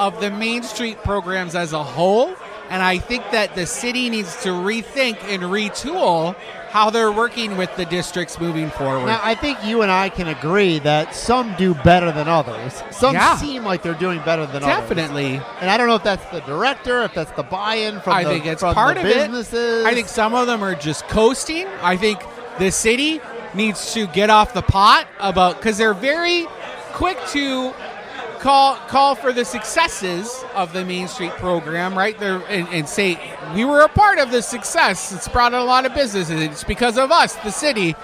Speaker 2: of the main street programs as a whole and i think that the city needs to rethink and retool how they're working with the districts moving forward
Speaker 1: Now I think you and I can agree that some do better than others. Some
Speaker 2: Yeah.
Speaker 1: seem like they're doing better than others.
Speaker 2: definitely
Speaker 1: And I don't know if that's the director, if that's the buy-in from
Speaker 2: I
Speaker 1: the
Speaker 2: think it's
Speaker 1: from
Speaker 2: part
Speaker 1: the
Speaker 2: of
Speaker 1: businesses.
Speaker 2: it. I think some of them are just coasting. I think the city needs to get off the pot about because they're very quick to call call for the successes of the Main Street program, right? There and, and say we were a part of the success. It's brought in a lot of businesses. It's because of us, the city,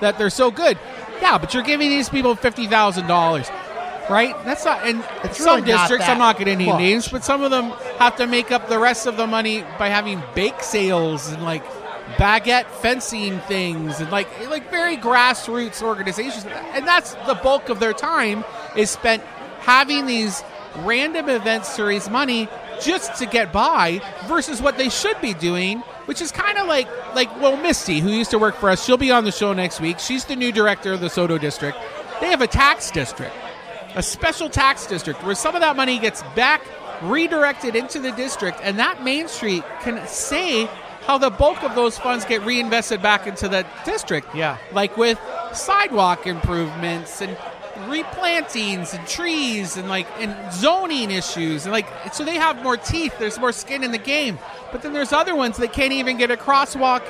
Speaker 2: that they're so good. Yeah, but you're giving these people fifty thousand dollars. Right, that's not, and
Speaker 1: It's
Speaker 2: some
Speaker 1: really not
Speaker 2: districts.
Speaker 1: that
Speaker 2: I'm not getting any
Speaker 1: much.
Speaker 2: names, but some of them have to make up the rest of the money by having bake sales and like baguette fencing things and like like very grassroots organizations and that's the bulk of their time is spent having these random events to raise money just to get by versus what they should be doing which is kind of like like well misty who used to work for us she'll be on the show next week she's the new director of the soto district they have a tax district a special tax district where some of that money gets back redirected into the district and that main street can say how the bulk of those funds get reinvested back into the district
Speaker 5: Yeah.
Speaker 2: like with sidewalk improvements and replantings and trees and like and zoning issues and like so they have more teeth there's more skin in the game but then there's other ones that can't even get a crosswalk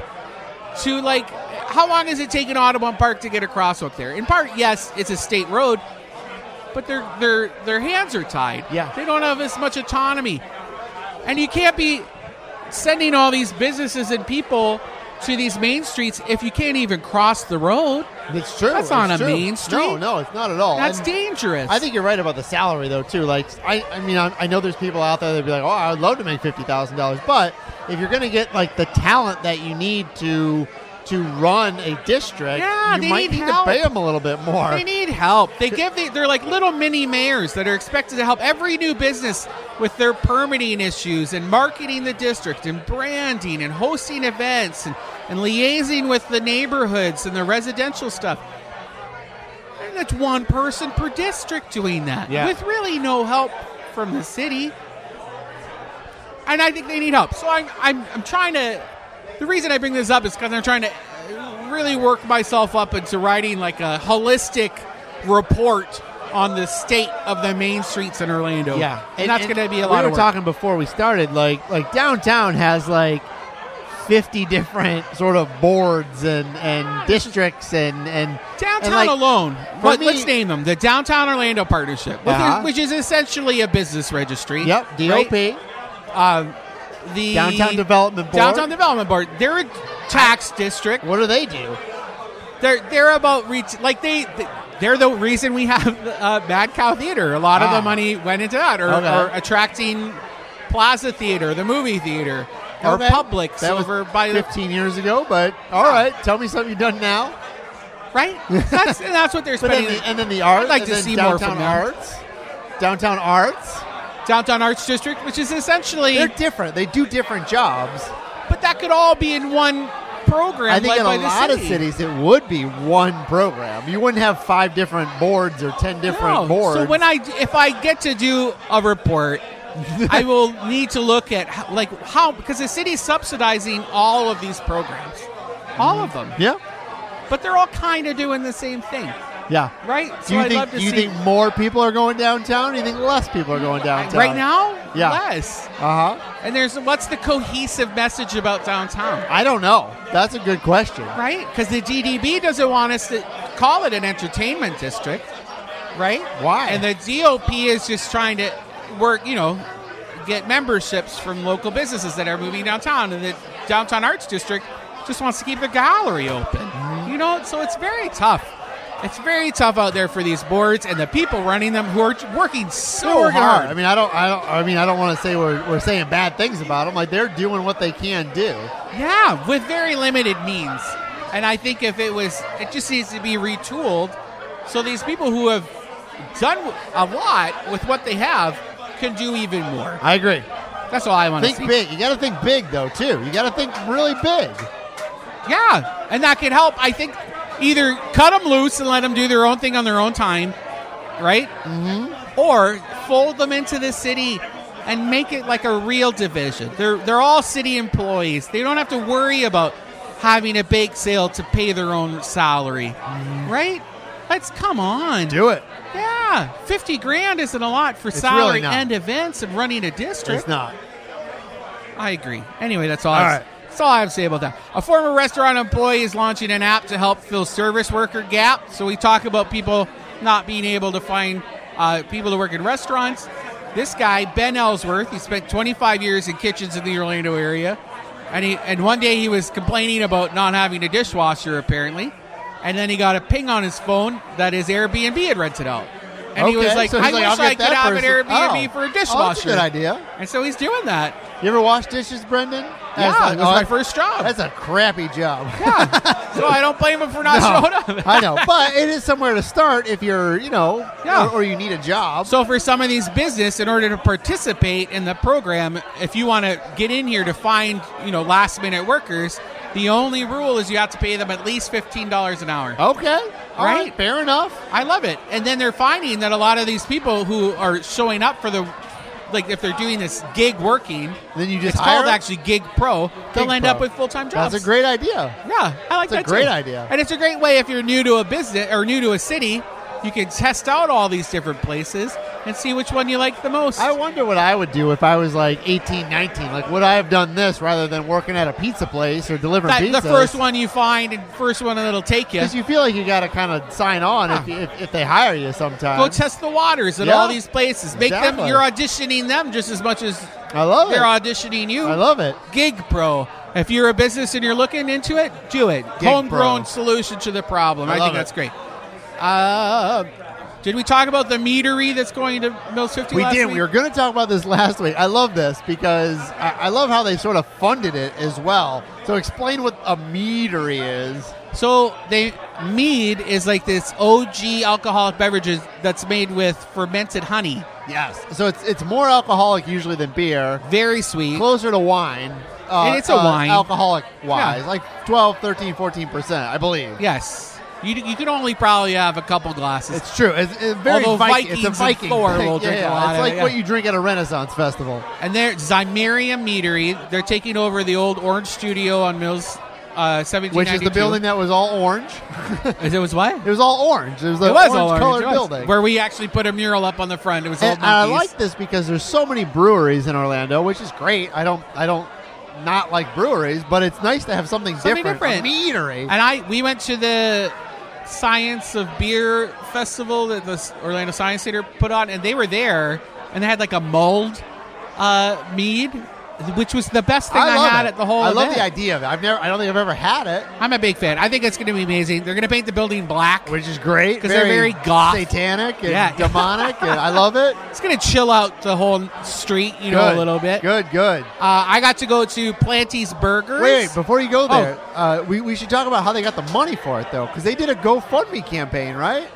Speaker 2: to like how long is it taking Audubon Park to get a crosswalk there? In part, yes, it's a state road, but their their their hands are tied.
Speaker 5: Yeah.
Speaker 2: They don't have as much autonomy. And you can't be sending all these businesses and people to these main streets if you can't even cross the road.
Speaker 1: It's true.
Speaker 2: That's
Speaker 1: it's
Speaker 2: on a
Speaker 1: true.
Speaker 2: mean
Speaker 1: No,
Speaker 2: street.
Speaker 1: no, it's not at all.
Speaker 2: That's
Speaker 1: And
Speaker 2: dangerous.
Speaker 1: I think you're right about the salary though too. Like I, I mean, I, I know there's people out there that'd be like, oh, I would love to make fifty thousand dollars, but if you're gonna get like the talent that you need to to run a district,
Speaker 2: Yeah,
Speaker 1: you
Speaker 2: they
Speaker 1: might
Speaker 2: need
Speaker 1: need,
Speaker 2: help.
Speaker 1: to pay them a little bit more.
Speaker 2: They need help. They give the, they're like little mini mayors that are expected to help every new business with their permitting issues and marketing the district and branding and hosting events and, and liaising with the neighborhoods and the residential stuff. And that's one person per district doing that
Speaker 5: Yeah.
Speaker 2: with really no help from the city. And I think they need help. So I'm, I'm, I'm trying to. The reason I bring this up is because I'm trying to uh, really work myself up into writing like a holistic report on the state of the main streets in Orlando.
Speaker 1: Yeah,
Speaker 2: and, that's going to be a lot
Speaker 1: We
Speaker 2: of
Speaker 1: were
Speaker 2: work.
Speaker 1: talking before we started. Like like downtown has like fifty different sort of boards and and districts and and
Speaker 2: Downtown
Speaker 1: and, like,
Speaker 2: alone, let,
Speaker 1: me-
Speaker 2: us name them the Downtown Orlando Partnership, which,
Speaker 1: Uh-huh.
Speaker 2: is, which is essentially a business registry.
Speaker 1: Yep, DOP,
Speaker 2: right? Um, the
Speaker 1: Downtown Development Board.
Speaker 2: Downtown Development Board. They're a tax district.
Speaker 1: what do they do?
Speaker 2: They're they're about reach like they. they're the reason we have uh, Mad Cow Theater. A lot of
Speaker 1: Ah.
Speaker 2: the money went into that, or,
Speaker 1: Okay.
Speaker 2: or attracting Plaza Theater, the movie theater, or
Speaker 1: Okay.
Speaker 2: Publix
Speaker 1: That was
Speaker 2: over by the
Speaker 1: fifteen years ago, but all right. Tell me something you've done now.
Speaker 2: right. That's and that's what they're
Speaker 1: But then
Speaker 2: spending.
Speaker 1: the, and then the arts.
Speaker 2: I'd like
Speaker 1: and
Speaker 2: to
Speaker 1: then
Speaker 2: see more
Speaker 1: downtown
Speaker 2: from them.
Speaker 1: arts. Downtown arts.
Speaker 2: Downtown Arts District, which is essentially
Speaker 1: They're different. They do different jobs.
Speaker 2: But that could all be in one program.
Speaker 1: I think
Speaker 2: led
Speaker 1: in
Speaker 2: by
Speaker 1: a
Speaker 2: the
Speaker 1: lot
Speaker 2: city.
Speaker 1: of cities it would be one program. You wouldn't have five different boards or ten different
Speaker 2: No.
Speaker 1: boards.
Speaker 2: So when I if I get to do a report, I will need to look at how, like how because the city's subsidizing all of these programs, all of them,
Speaker 1: yeah,
Speaker 2: but they're all kind of doing the same thing,
Speaker 1: yeah.
Speaker 2: right? So
Speaker 1: do you
Speaker 2: I'd
Speaker 1: think
Speaker 2: love to
Speaker 1: do you
Speaker 2: see
Speaker 1: think more people are going downtown? Do you think less people are going downtown
Speaker 2: right now,
Speaker 1: uh, Yeah.
Speaker 2: less.
Speaker 1: Uh huh.
Speaker 2: And there's what's the cohesive message about downtown?
Speaker 1: I don't know. That's a good question.
Speaker 2: Right? Because the GDB doesn't want us to call it an entertainment district, right?
Speaker 1: Why?
Speaker 2: And the DOP is just trying to work, you know, get memberships from local businesses that are moving downtown. And the Downtown Arts District just wants to keep the gallery open,
Speaker 1: Mm-hmm.
Speaker 2: you know? So it's very tough. It's very tough out there for these boards and the people running them who are working so
Speaker 1: They're working
Speaker 2: hard.
Speaker 1: hard. Oh, I mean, I don't. I don't. I mean, I don't want to say we're, we're saying bad things about them. Like they're doing what they can do.
Speaker 2: Yeah, with very limited means. And I think if it was, it just needs to be retooled so these people who have done a lot with what they have can do even more.
Speaker 1: I agree.
Speaker 2: That's all I want to
Speaker 1: Think
Speaker 2: see.
Speaker 1: big. You got to think big though too. You got to think really big.
Speaker 2: Yeah, and that can help. I think either cut them loose and let them do their own thing on their own time, right? Mm-hmm. Or fold them into the city and make it like a real division. They're they're all city employees. They don't have to worry about having a bake sale to pay their own salary,
Speaker 1: Mm-hmm.
Speaker 2: right? Let's come on.
Speaker 1: Do it.
Speaker 2: Yeah, fifty grand isn't a lot for
Speaker 1: It's
Speaker 2: salary
Speaker 1: really not.
Speaker 2: and events and running a district.
Speaker 1: It's not.
Speaker 2: I agree. Anyway, that's all.
Speaker 1: All
Speaker 2: I have,
Speaker 1: right.
Speaker 2: That's all I have to say about that. A former restaurant employee is launching an app to help fill service worker gap. So we talk about people not being able to find uh, people to work in restaurants. This guy Ben Ellsworth, he spent 25 years in kitchens in the Orlando area, and he and one day he was complaining about not having a dishwasher apparently, and then he got a ping on his phone that his Airbnb had rented out. and he was
Speaker 1: Okay,
Speaker 2: like,
Speaker 1: so he's
Speaker 2: "I wish
Speaker 1: I'll get
Speaker 2: I could
Speaker 1: that
Speaker 2: have an
Speaker 1: person.
Speaker 2: Airbnb
Speaker 1: Oh.
Speaker 2: for a
Speaker 1: Oh, that's
Speaker 2: dishwasher."
Speaker 1: a good idea.
Speaker 2: And so he's doing that.
Speaker 1: You ever wash dishes, Brendan? That's
Speaker 2: yeah,
Speaker 1: like-
Speaker 2: it was
Speaker 1: oh,
Speaker 2: my
Speaker 1: that-
Speaker 2: first job.
Speaker 1: That's a crappy job.
Speaker 2: so I don't blame him for not showing up.
Speaker 1: I know, but it is somewhere to start if you're, you know,
Speaker 2: Yeah.
Speaker 1: or, or you need a job.
Speaker 2: So for some of these business, in order to participate in the program, if you want to get in here to find you know last minute workers, the only rule is you have to pay them at least fifteen dollars an hour.
Speaker 1: okay, all right,
Speaker 2: Right.
Speaker 1: fair enough.
Speaker 2: I love it. And then they're finding that a lot of these people who are showing up for the like if they're doing this gig working,
Speaker 1: Then you just
Speaker 2: it's
Speaker 1: hire
Speaker 2: called
Speaker 1: 'em?
Speaker 2: actually gig pro. They'll
Speaker 1: Gig
Speaker 2: end
Speaker 1: pro.
Speaker 2: up with full time jobs.
Speaker 1: That's a great idea.
Speaker 2: Yeah, I like
Speaker 1: It's a
Speaker 2: that.
Speaker 1: great
Speaker 2: too.
Speaker 1: idea.
Speaker 2: and it's a great way if you're new to a business or new to a city, you can test out all these different places and see which one you like the most.
Speaker 1: I wonder what I would do if I was like 18, 19. Like, would I have done this rather than working at a pizza place or delivering
Speaker 2: That-
Speaker 1: pizza?
Speaker 2: the first one you find and first one that'll take you.
Speaker 1: Because you feel like you got to kind of sign on if,
Speaker 2: Yeah.
Speaker 1: if, if they hire you
Speaker 2: Go
Speaker 1: sometimes.
Speaker 2: test the waters at
Speaker 1: Yeah.
Speaker 2: all these places. Make them
Speaker 1: Exactly.
Speaker 2: you're auditioning them just as much as
Speaker 1: I love it.
Speaker 2: they're auditioning you.
Speaker 1: I love it.
Speaker 2: Gig Pro. If you're a business and you're looking into it, do it.
Speaker 1: Gig
Speaker 2: Homegrown
Speaker 1: Pro.
Speaker 2: solution to the problem. I,
Speaker 1: I
Speaker 2: think
Speaker 1: love it.
Speaker 2: that's great. Uh, did we talk about the meadery that's going to Mills 50
Speaker 1: We
Speaker 2: last
Speaker 1: did.
Speaker 2: week?
Speaker 1: We were going to talk about this last week. I love this because I, I love how they sort of funded it as well. So explain what a meadery is.
Speaker 2: So they mead is like this OG alcoholic beverages that's made with fermented honey.
Speaker 1: Yes. So it's it's more alcoholic usually than beer,
Speaker 2: Very sweet.
Speaker 1: closer to wine. Uh,
Speaker 2: And it's a
Speaker 1: uh,
Speaker 2: wine.
Speaker 1: Alcoholic wise,
Speaker 2: Yeah.
Speaker 1: like 12, 13, 14%, I believe.
Speaker 2: Yes. You, you can only probably have a couple glasses.
Speaker 1: It's true. It's, it's very
Speaker 2: Although
Speaker 1: Viking. It's a
Speaker 2: Vikings and
Speaker 1: Viking.
Speaker 2: Thor
Speaker 1: thing.
Speaker 2: will
Speaker 1: Yeah,
Speaker 2: drink a
Speaker 1: yeah.
Speaker 2: lot
Speaker 1: It's
Speaker 2: of
Speaker 1: like
Speaker 2: it, yeah.
Speaker 1: what you drink at a Renaissance festival.
Speaker 2: And they're Zymeria Meadery. They're taking over the old Orange Studio on Mills uh, 1792.
Speaker 1: Which is the building that was all orange.
Speaker 2: It was what?
Speaker 1: It was all orange. It was the
Speaker 2: it was all
Speaker 1: orange
Speaker 2: orange.
Speaker 1: colored
Speaker 2: It was.
Speaker 1: building.
Speaker 2: Where we actually put a mural up on the front. It was old
Speaker 1: And uh, I
Speaker 2: monkeys.
Speaker 1: like this because there's so many breweries in Orlando, which is great. I don't, I don't, not like breweries, but it's nice to have something,
Speaker 2: Something different.
Speaker 1: A meadery.
Speaker 2: and I we went to the Science of Beer Festival that the S- Orlando Science Theater put on, and they were there, and they had like a mulled uh, mead, which was the best thing I,
Speaker 1: love
Speaker 2: had
Speaker 1: it.
Speaker 2: at the whole.
Speaker 1: I love
Speaker 2: event.
Speaker 1: the idea of it. I've never, I don't think I've ever had it,
Speaker 2: I'm a big fan. I think it's going to be amazing. They're going to paint the building black.
Speaker 1: which is great
Speaker 2: 'Cause they're very goth.
Speaker 1: satanic, and
Speaker 2: Yeah.
Speaker 1: demonic, and I love it.
Speaker 2: It's going to chill out the whole street, you know, a
Speaker 1: Good.
Speaker 2: little bit.
Speaker 1: Good, good.
Speaker 2: Uh, I got to go to Planty's Burgers.
Speaker 1: Wait, wait, before you go
Speaker 2: Oh.
Speaker 1: there, uh, we, we should talk about how they got the money for it though, because they did a GoFundMe campaign, right?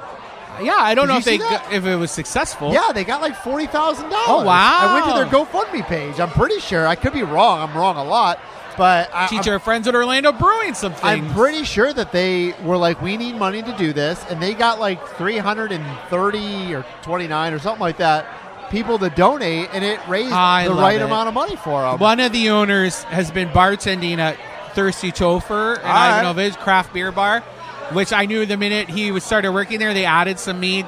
Speaker 2: yeah, I don't
Speaker 1: Did
Speaker 2: know
Speaker 1: you
Speaker 2: if they
Speaker 1: see that?
Speaker 2: got, if it was successful.
Speaker 1: Yeah, they got like forty thousand dollars.
Speaker 2: Oh, wow.
Speaker 1: I went to their GoFundMe page. I'm pretty sure. I could be wrong. I'm wrong a lot, but I,
Speaker 2: Teach our friends at Orlando Brewing something.
Speaker 1: I'm, I'm pretty sure that they were like, "We need money to do this," and they got like three hundred and thirty or twenty nine or something like that people to donate, and it raised
Speaker 2: I
Speaker 1: the
Speaker 2: love
Speaker 1: right
Speaker 2: it.
Speaker 1: amount of money for them.
Speaker 2: One of the owners has been bartending at Thirsty Topher in
Speaker 1: right.
Speaker 2: Ivanovich Craft Beer Bar, which I knew the minute he was started working there, they added some mead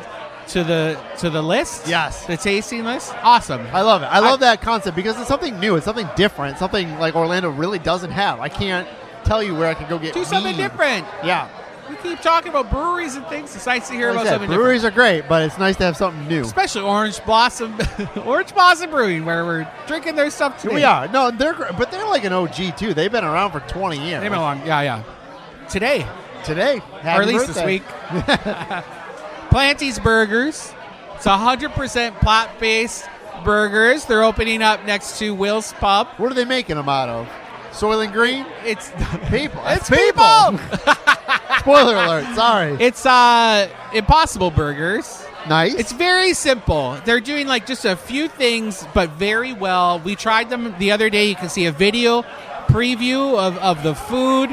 Speaker 2: to the to the list.
Speaker 1: Yes.
Speaker 2: the tasting list. Awesome.
Speaker 1: I love it. I love that concept because it's something new. It's something different. Something like Orlando really doesn't have. I can't tell you where I can go get
Speaker 2: Do something
Speaker 1: mead.
Speaker 2: different.
Speaker 1: Yeah,
Speaker 2: We keep talking about breweries and things. It's nice to
Speaker 1: Like
Speaker 2: hear
Speaker 1: I
Speaker 2: about
Speaker 1: said,
Speaker 2: something different.
Speaker 1: breweries are great, but it's nice to have something new.
Speaker 2: Especially Orange Blossom, Orange Blossom Brewing, where we're drinking their stuff today.
Speaker 1: We are no, they're gr- but they're like an OG too. They've been around for twenty years.
Speaker 2: They've been along. Yeah, yeah. Today,
Speaker 1: Today,
Speaker 2: or
Speaker 1: happy
Speaker 2: at least this
Speaker 1: birthday.
Speaker 2: week. Planty's Burgers. It's 100% plant based burgers. They're opening up next to Will's Pub.
Speaker 1: What are they making them out of? Soil and green
Speaker 2: It's
Speaker 1: people.
Speaker 2: It's
Speaker 1: Spoiler alert. Sorry.
Speaker 2: it's uh Impossible Burgers.
Speaker 1: nice.
Speaker 2: It's very simple. They're doing like just a few things, but very well. We tried them the other day. You can see a video preview of, of the food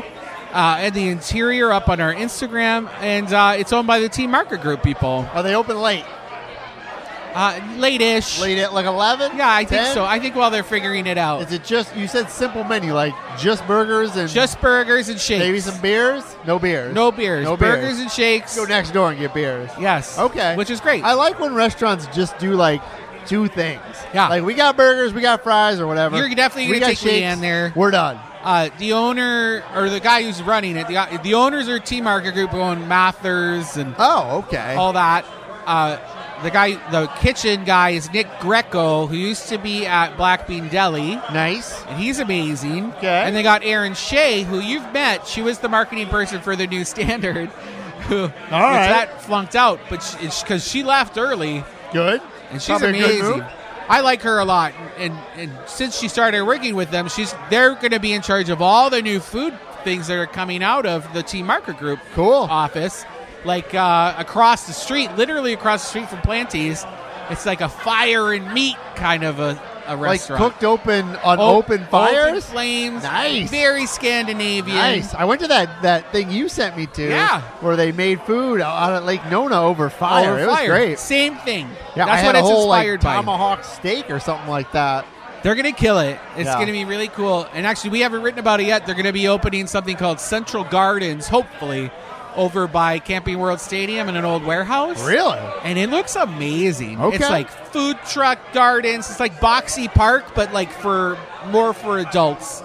Speaker 2: uh, and the interior up on our Instagram. And uh, it's owned by the Team Market Group people.
Speaker 1: are they open late?
Speaker 2: Uh, late ish.
Speaker 1: Late at like eleven?
Speaker 2: Yeah, I think so. I think while they're figuring it out,
Speaker 1: Is it just you said simple menu like just burgers and
Speaker 2: just burgers and shakes.
Speaker 1: maybe some beers? No beers.
Speaker 2: No beers.
Speaker 1: No
Speaker 2: burgers
Speaker 1: beers.
Speaker 2: and shakes.
Speaker 1: Go next door and get beers.
Speaker 2: Yes.
Speaker 1: Okay.
Speaker 2: Which is great.
Speaker 1: I like when restaurants just do like two things.
Speaker 2: Yeah.
Speaker 1: Like we got burgers, we got fries or whatever.
Speaker 2: You're definitely
Speaker 1: We
Speaker 2: gonna
Speaker 1: got
Speaker 2: take
Speaker 1: shakes,
Speaker 2: Leanne there.
Speaker 1: We're done.
Speaker 2: uh, the owner or the guy who's running it, the, the owners are T Market Group who own Mathers and
Speaker 1: Oh, okay.
Speaker 2: all that. Uh, the guy, the kitchen guy, is Nick Greco, who used to be at Black Bean Deli.
Speaker 1: Nice.
Speaker 2: And he's amazing.
Speaker 1: Okay.
Speaker 2: And they got Erin Shea, who you've met. She was the marketing person for the New Standard. who was
Speaker 1: right.
Speaker 2: that flunked out, but she- it's because she left early
Speaker 1: Good.
Speaker 2: and she's
Speaker 1: Probably a good
Speaker 2: amazing.
Speaker 1: move.
Speaker 2: I like her a lot, and, and since she started working with them, she's they're going to be in charge of all the new food things that are coming out of the Team Market Group
Speaker 1: Cool.
Speaker 2: office. Like uh, across the street, literally across the street from Planties, it's like a fire and meat kind of a, a
Speaker 1: like
Speaker 2: restaurant.
Speaker 1: cooked open on
Speaker 2: Oh,
Speaker 1: open fires.
Speaker 2: open flames,
Speaker 1: Nice.
Speaker 2: very Scandinavian.
Speaker 1: Nice. I went to that, that thing you sent me to.
Speaker 2: Yeah.
Speaker 1: Where they made food out at Lake Nona over fire.
Speaker 2: Over
Speaker 1: it was
Speaker 2: fire.
Speaker 1: great.
Speaker 2: Same thing.
Speaker 1: Yeah,
Speaker 2: That's
Speaker 1: I had
Speaker 2: what
Speaker 1: a
Speaker 2: it's
Speaker 1: whole,
Speaker 2: inspired
Speaker 1: like,
Speaker 2: by.
Speaker 1: tomahawk steak or something like that.
Speaker 2: They're gonna kill it. It's
Speaker 1: Yeah.
Speaker 2: gonna be really cool. And actually, we haven't written about it yet. They're gonna be opening something called Central Gardens, hopefully, over by Camping World Stadium in an old warehouse.
Speaker 1: Really?
Speaker 2: And it looks amazing.
Speaker 1: Okay.
Speaker 2: It's like food truck gardens. It's like Boxy Park, but like for more for adults.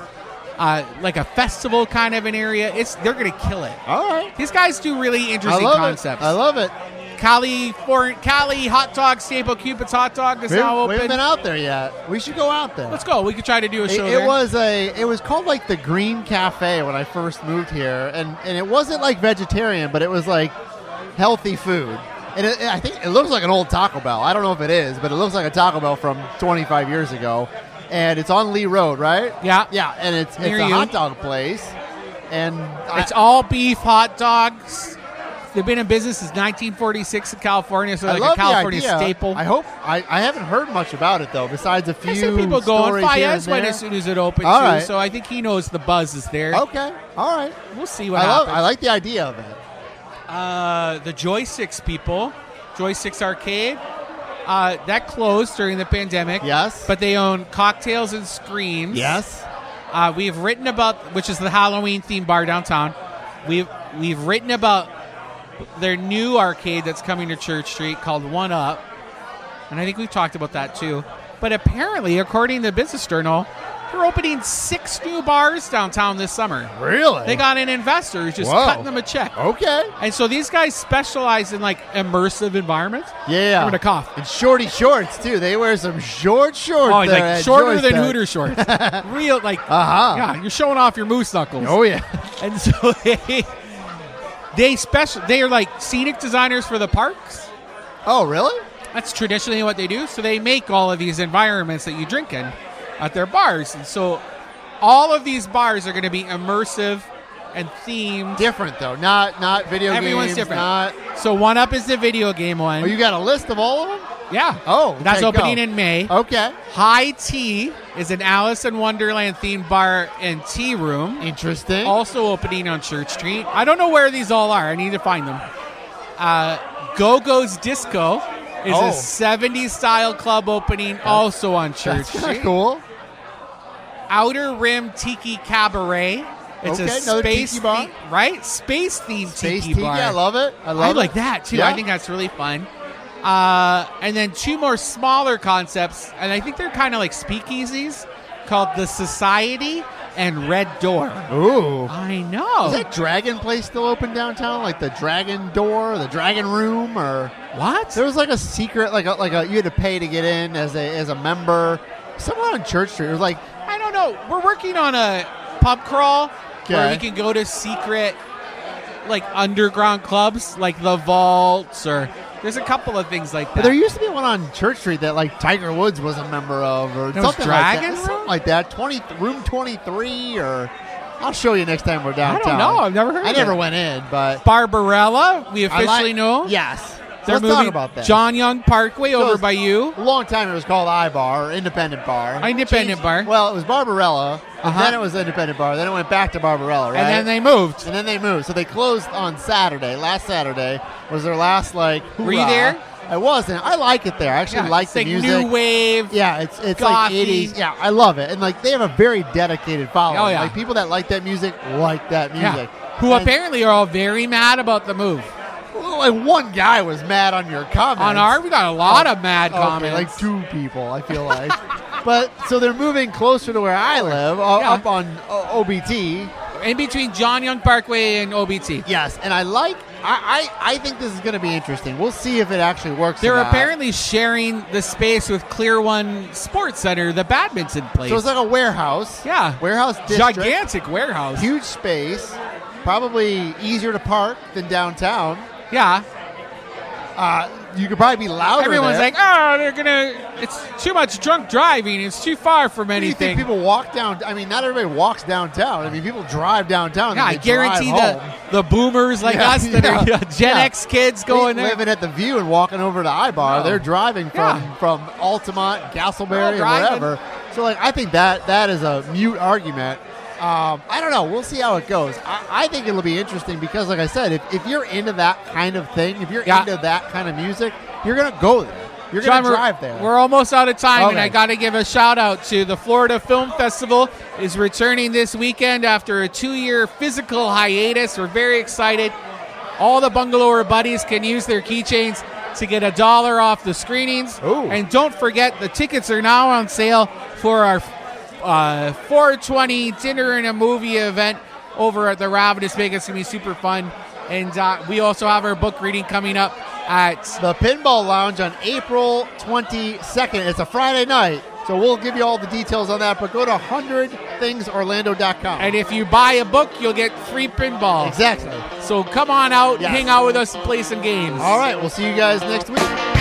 Speaker 2: Uh, like a festival kind of an area. It's they're gonna kill it.
Speaker 1: All right.
Speaker 2: These guys do really
Speaker 1: I
Speaker 2: interesting
Speaker 1: love
Speaker 2: concepts.
Speaker 1: it. I love it.
Speaker 2: Cali, for, Cali Hot Dog Staple Cupid's Hot Dog is
Speaker 1: We
Speaker 2: now
Speaker 1: haven't, we
Speaker 2: open.
Speaker 1: haven't been out there yet. We should go out there.
Speaker 2: Let's go. We could try to do a
Speaker 1: It,
Speaker 2: show
Speaker 1: it
Speaker 2: there.
Speaker 1: was a. It was called like the Green Cafe when I first moved here, and and it wasn't like vegetarian, but it was like healthy food. And it, I think it looks like an old Taco Bell. I don't know if it is, but it looks like a Taco Bell from 25 years ago. And it's on Lee Road, right?
Speaker 2: Yeah.
Speaker 1: yeah. And it's it's
Speaker 2: Near
Speaker 1: a
Speaker 2: you.
Speaker 1: hot dog place, and
Speaker 2: It's
Speaker 1: I,
Speaker 2: all beef hot dogs. They've been in business since 1946 in California, so
Speaker 1: I
Speaker 2: like
Speaker 1: love
Speaker 2: a California
Speaker 1: the idea.
Speaker 2: staple.
Speaker 1: I hope I, I haven't heard much about it though, besides a few
Speaker 2: I see people going.
Speaker 1: stories here and
Speaker 2: Fayez went
Speaker 1: there.
Speaker 2: as soon as it opened,
Speaker 1: All
Speaker 2: too,
Speaker 1: right.
Speaker 2: so I think he knows the buzz is there.
Speaker 1: Okay, all right.
Speaker 2: We'll see what
Speaker 1: I love. I
Speaker 2: happens.
Speaker 1: like the idea of it.
Speaker 2: uh, the Joy Six people, Joy Six Arcade, uh, that closed during the pandemic.
Speaker 1: Yes.
Speaker 2: but they own cocktails and screams.
Speaker 1: Yes.
Speaker 2: Uh, we've written about which is the Halloween themed bar downtown. We've we've written about their new arcade that's coming to Church Street called One Up, and I think we've talked about that too. But apparently, according to the Business Journal, they're opening six new bars downtown this summer.
Speaker 1: Really?
Speaker 2: They got an investor who's just
Speaker 1: Whoa.
Speaker 2: cutting them a check.
Speaker 1: Okay.
Speaker 2: And so these guys specialize in like immersive environments.
Speaker 1: Yeah.
Speaker 2: I'm gonna cough.
Speaker 1: And shorty shorts too. They wear some short shorts.
Speaker 2: Oh, like
Speaker 1: there
Speaker 2: shorter
Speaker 1: at
Speaker 2: than
Speaker 1: Joystick.
Speaker 2: Hooter shorts. Real like
Speaker 1: Uh-huh.
Speaker 2: yeah, you're showing off your moose knuckles.
Speaker 1: Oh yeah.
Speaker 2: And so they they special they are like scenic designers for the parks.
Speaker 1: Oh really?
Speaker 2: That's traditionally what they do. So they make all of these environments that you drink in at their bars. And so all of these bars are going to be immersive and themed.
Speaker 1: Different though. Not not video
Speaker 2: Everyone's
Speaker 1: games.
Speaker 2: different.
Speaker 1: Not.
Speaker 2: So one up is the video game one.
Speaker 1: Oh, you got a list of all of them?
Speaker 2: yeah.
Speaker 1: Oh,
Speaker 2: that's
Speaker 1: okay,
Speaker 2: opening
Speaker 1: go. Oh.
Speaker 2: in May.
Speaker 1: Okay.
Speaker 2: High Tea is an Alice in Wonderland themed bar and tea room.
Speaker 1: Interesting.
Speaker 2: also opening on Church Street. I don't know where these all are. I need to find them. Uh, Go Go's Disco is
Speaker 1: Oh.
Speaker 2: a 70s style club opening also on Church
Speaker 1: That's kinda
Speaker 2: Street.
Speaker 1: cool.
Speaker 2: Outer Rim Tiki Cabaret. It's
Speaker 1: Okay,
Speaker 2: a
Speaker 1: another
Speaker 2: space
Speaker 1: tiki bar.
Speaker 2: the- right? Space themed
Speaker 1: Space
Speaker 2: tiki
Speaker 1: TV.
Speaker 2: bar.
Speaker 1: I love it. I love
Speaker 2: I
Speaker 1: it.
Speaker 2: like that too.
Speaker 1: Yeah.
Speaker 2: I think that's really fun. Uh, and then two more smaller concepts, and I think they're kind of like speakeasies, called the Society and Red Door.
Speaker 1: Ooh.
Speaker 2: I know.
Speaker 1: Is that Dragon place still open downtown? Like the Dragon Door, the Dragon Room, or
Speaker 2: what?
Speaker 1: there was like a secret, like a, like a you had to pay to get in as a as a member. Somewhere on Church Street, it was like
Speaker 2: I don't know. We're working on a pub crawl where
Speaker 1: Okay.
Speaker 2: we can go to secret, like underground clubs, like the vaults, or there's a couple of things like
Speaker 1: But
Speaker 2: that.
Speaker 1: there used to be one on Church Street that like Tiger Woods was a member of, or
Speaker 2: There was
Speaker 1: something like
Speaker 2: Dragon
Speaker 1: that.
Speaker 2: Room?
Speaker 1: Something like that. Twenty room twenty three, or I'll show you next time we're
Speaker 2: I
Speaker 1: downtown.
Speaker 2: don't know. I've never heard.
Speaker 1: I
Speaker 2: of
Speaker 1: never
Speaker 2: it.
Speaker 1: went in, but
Speaker 2: Barbarella, we
Speaker 1: I
Speaker 2: officially
Speaker 1: like-
Speaker 2: know.
Speaker 1: Yes,
Speaker 2: they're
Speaker 1: let's
Speaker 2: moving
Speaker 1: talk about that.
Speaker 2: John Young Parkway over
Speaker 1: it's-
Speaker 2: by you. Oh,
Speaker 1: a long time it was called I Bar, or Independent Bar,
Speaker 2: Independent
Speaker 1: Changed-
Speaker 2: Bar.
Speaker 1: Well, it was Barbarella, and
Speaker 2: Uh-huh.
Speaker 1: then it was Independent Bar, then it went back to Barbarella, right?
Speaker 2: And then they moved.
Speaker 1: and then they moved. So they closed on Saturday. Last Saturday was their last like. Hoorah.
Speaker 2: Were you there?
Speaker 1: I wasn't. I like it there. I actually
Speaker 2: Yeah,
Speaker 1: like
Speaker 2: it's
Speaker 1: the
Speaker 2: like
Speaker 1: music.
Speaker 2: new wave.
Speaker 1: Yeah, it's it's like
Speaker 2: Gothy.
Speaker 1: eighties. Yeah, I love it, and like they have a very dedicated following.
Speaker 2: Oh, yeah.
Speaker 1: like people that like that music like that
Speaker 2: Yeah.
Speaker 1: music.
Speaker 2: Who
Speaker 1: And-
Speaker 2: apparently are all very mad about the move.
Speaker 1: Well, Like one guy was mad on your comment.
Speaker 2: On our, we got a lot of mad
Speaker 1: Oh. okay,
Speaker 2: comments.
Speaker 1: like two people. I feel like, but so they're moving closer to where I live, uh,
Speaker 2: Yeah.
Speaker 1: up on uh, OBT.
Speaker 2: in between John Young Parkway and OBT.
Speaker 1: Yes, and I like. I I, I think this is going to be interesting. We'll see if it actually works. or
Speaker 2: They're
Speaker 1: not.
Speaker 2: apparently sharing the space with Clear One Sports Center, the badminton place.
Speaker 1: So it's like a warehouse.
Speaker 2: yeah,
Speaker 1: warehouse district.
Speaker 2: gigantic warehouse.
Speaker 1: huge space, probably easier to park than downtown.
Speaker 2: Yeah.
Speaker 1: Uh, you could probably be louder.
Speaker 2: Everyone's
Speaker 1: there.
Speaker 2: like, oh, they're gonna. It's too much drunk driving. It's too far from
Speaker 1: What do you
Speaker 2: anything.
Speaker 1: think people walk down? I mean, not everybody walks downtown. I mean, people drive downtown.
Speaker 2: yeah, I
Speaker 1: and they drive
Speaker 2: guarantee
Speaker 1: home.
Speaker 2: the the boomers like
Speaker 1: Yeah,
Speaker 2: us that are
Speaker 1: yeah,
Speaker 2: Gen
Speaker 1: yeah.
Speaker 2: X kids going
Speaker 1: They
Speaker 2: there.
Speaker 1: living at the View and walking over to Ibar.
Speaker 2: No.
Speaker 1: They're driving from
Speaker 2: Yeah.
Speaker 1: from Altamont, Castleberry,
Speaker 2: They're
Speaker 1: and
Speaker 2: all driving.
Speaker 1: wherever. So like, I think that that is a mute argument. Um, I don't know. We'll see how it goes. I, I think it'll be interesting because, like I said, if, if you're into that kind of thing, if you're
Speaker 2: Yeah.
Speaker 1: into that kind of music, you're gonna go there. You're
Speaker 2: John,
Speaker 1: gonna
Speaker 2: we're-
Speaker 1: drive there.
Speaker 2: We're almost out of time, and
Speaker 1: Okay.
Speaker 2: I got to give a shout out to the Florida Film Festival is returning this weekend after a two-year physical hiatus. We're very excited. All the Bungalower buddies can use their keychains to get a dollar off the screenings.
Speaker 1: Ooh.
Speaker 2: And don't forget, the tickets are now on sale for our uh, 420 dinner and a movie event over at the Ravenous Big. It's going to be super fun. And uh, we also have our book reading coming up at
Speaker 1: the Pinball Lounge on April 22nd. It's a Friday night, so we'll give you all the details on that. But go to 100thingsorlando.com.
Speaker 2: And if you buy a book, you'll get free pinballs.
Speaker 1: exactly.
Speaker 2: So come on out,
Speaker 1: Yes.
Speaker 2: hang out with us, play some games.
Speaker 1: All right, we'll see you guys next week.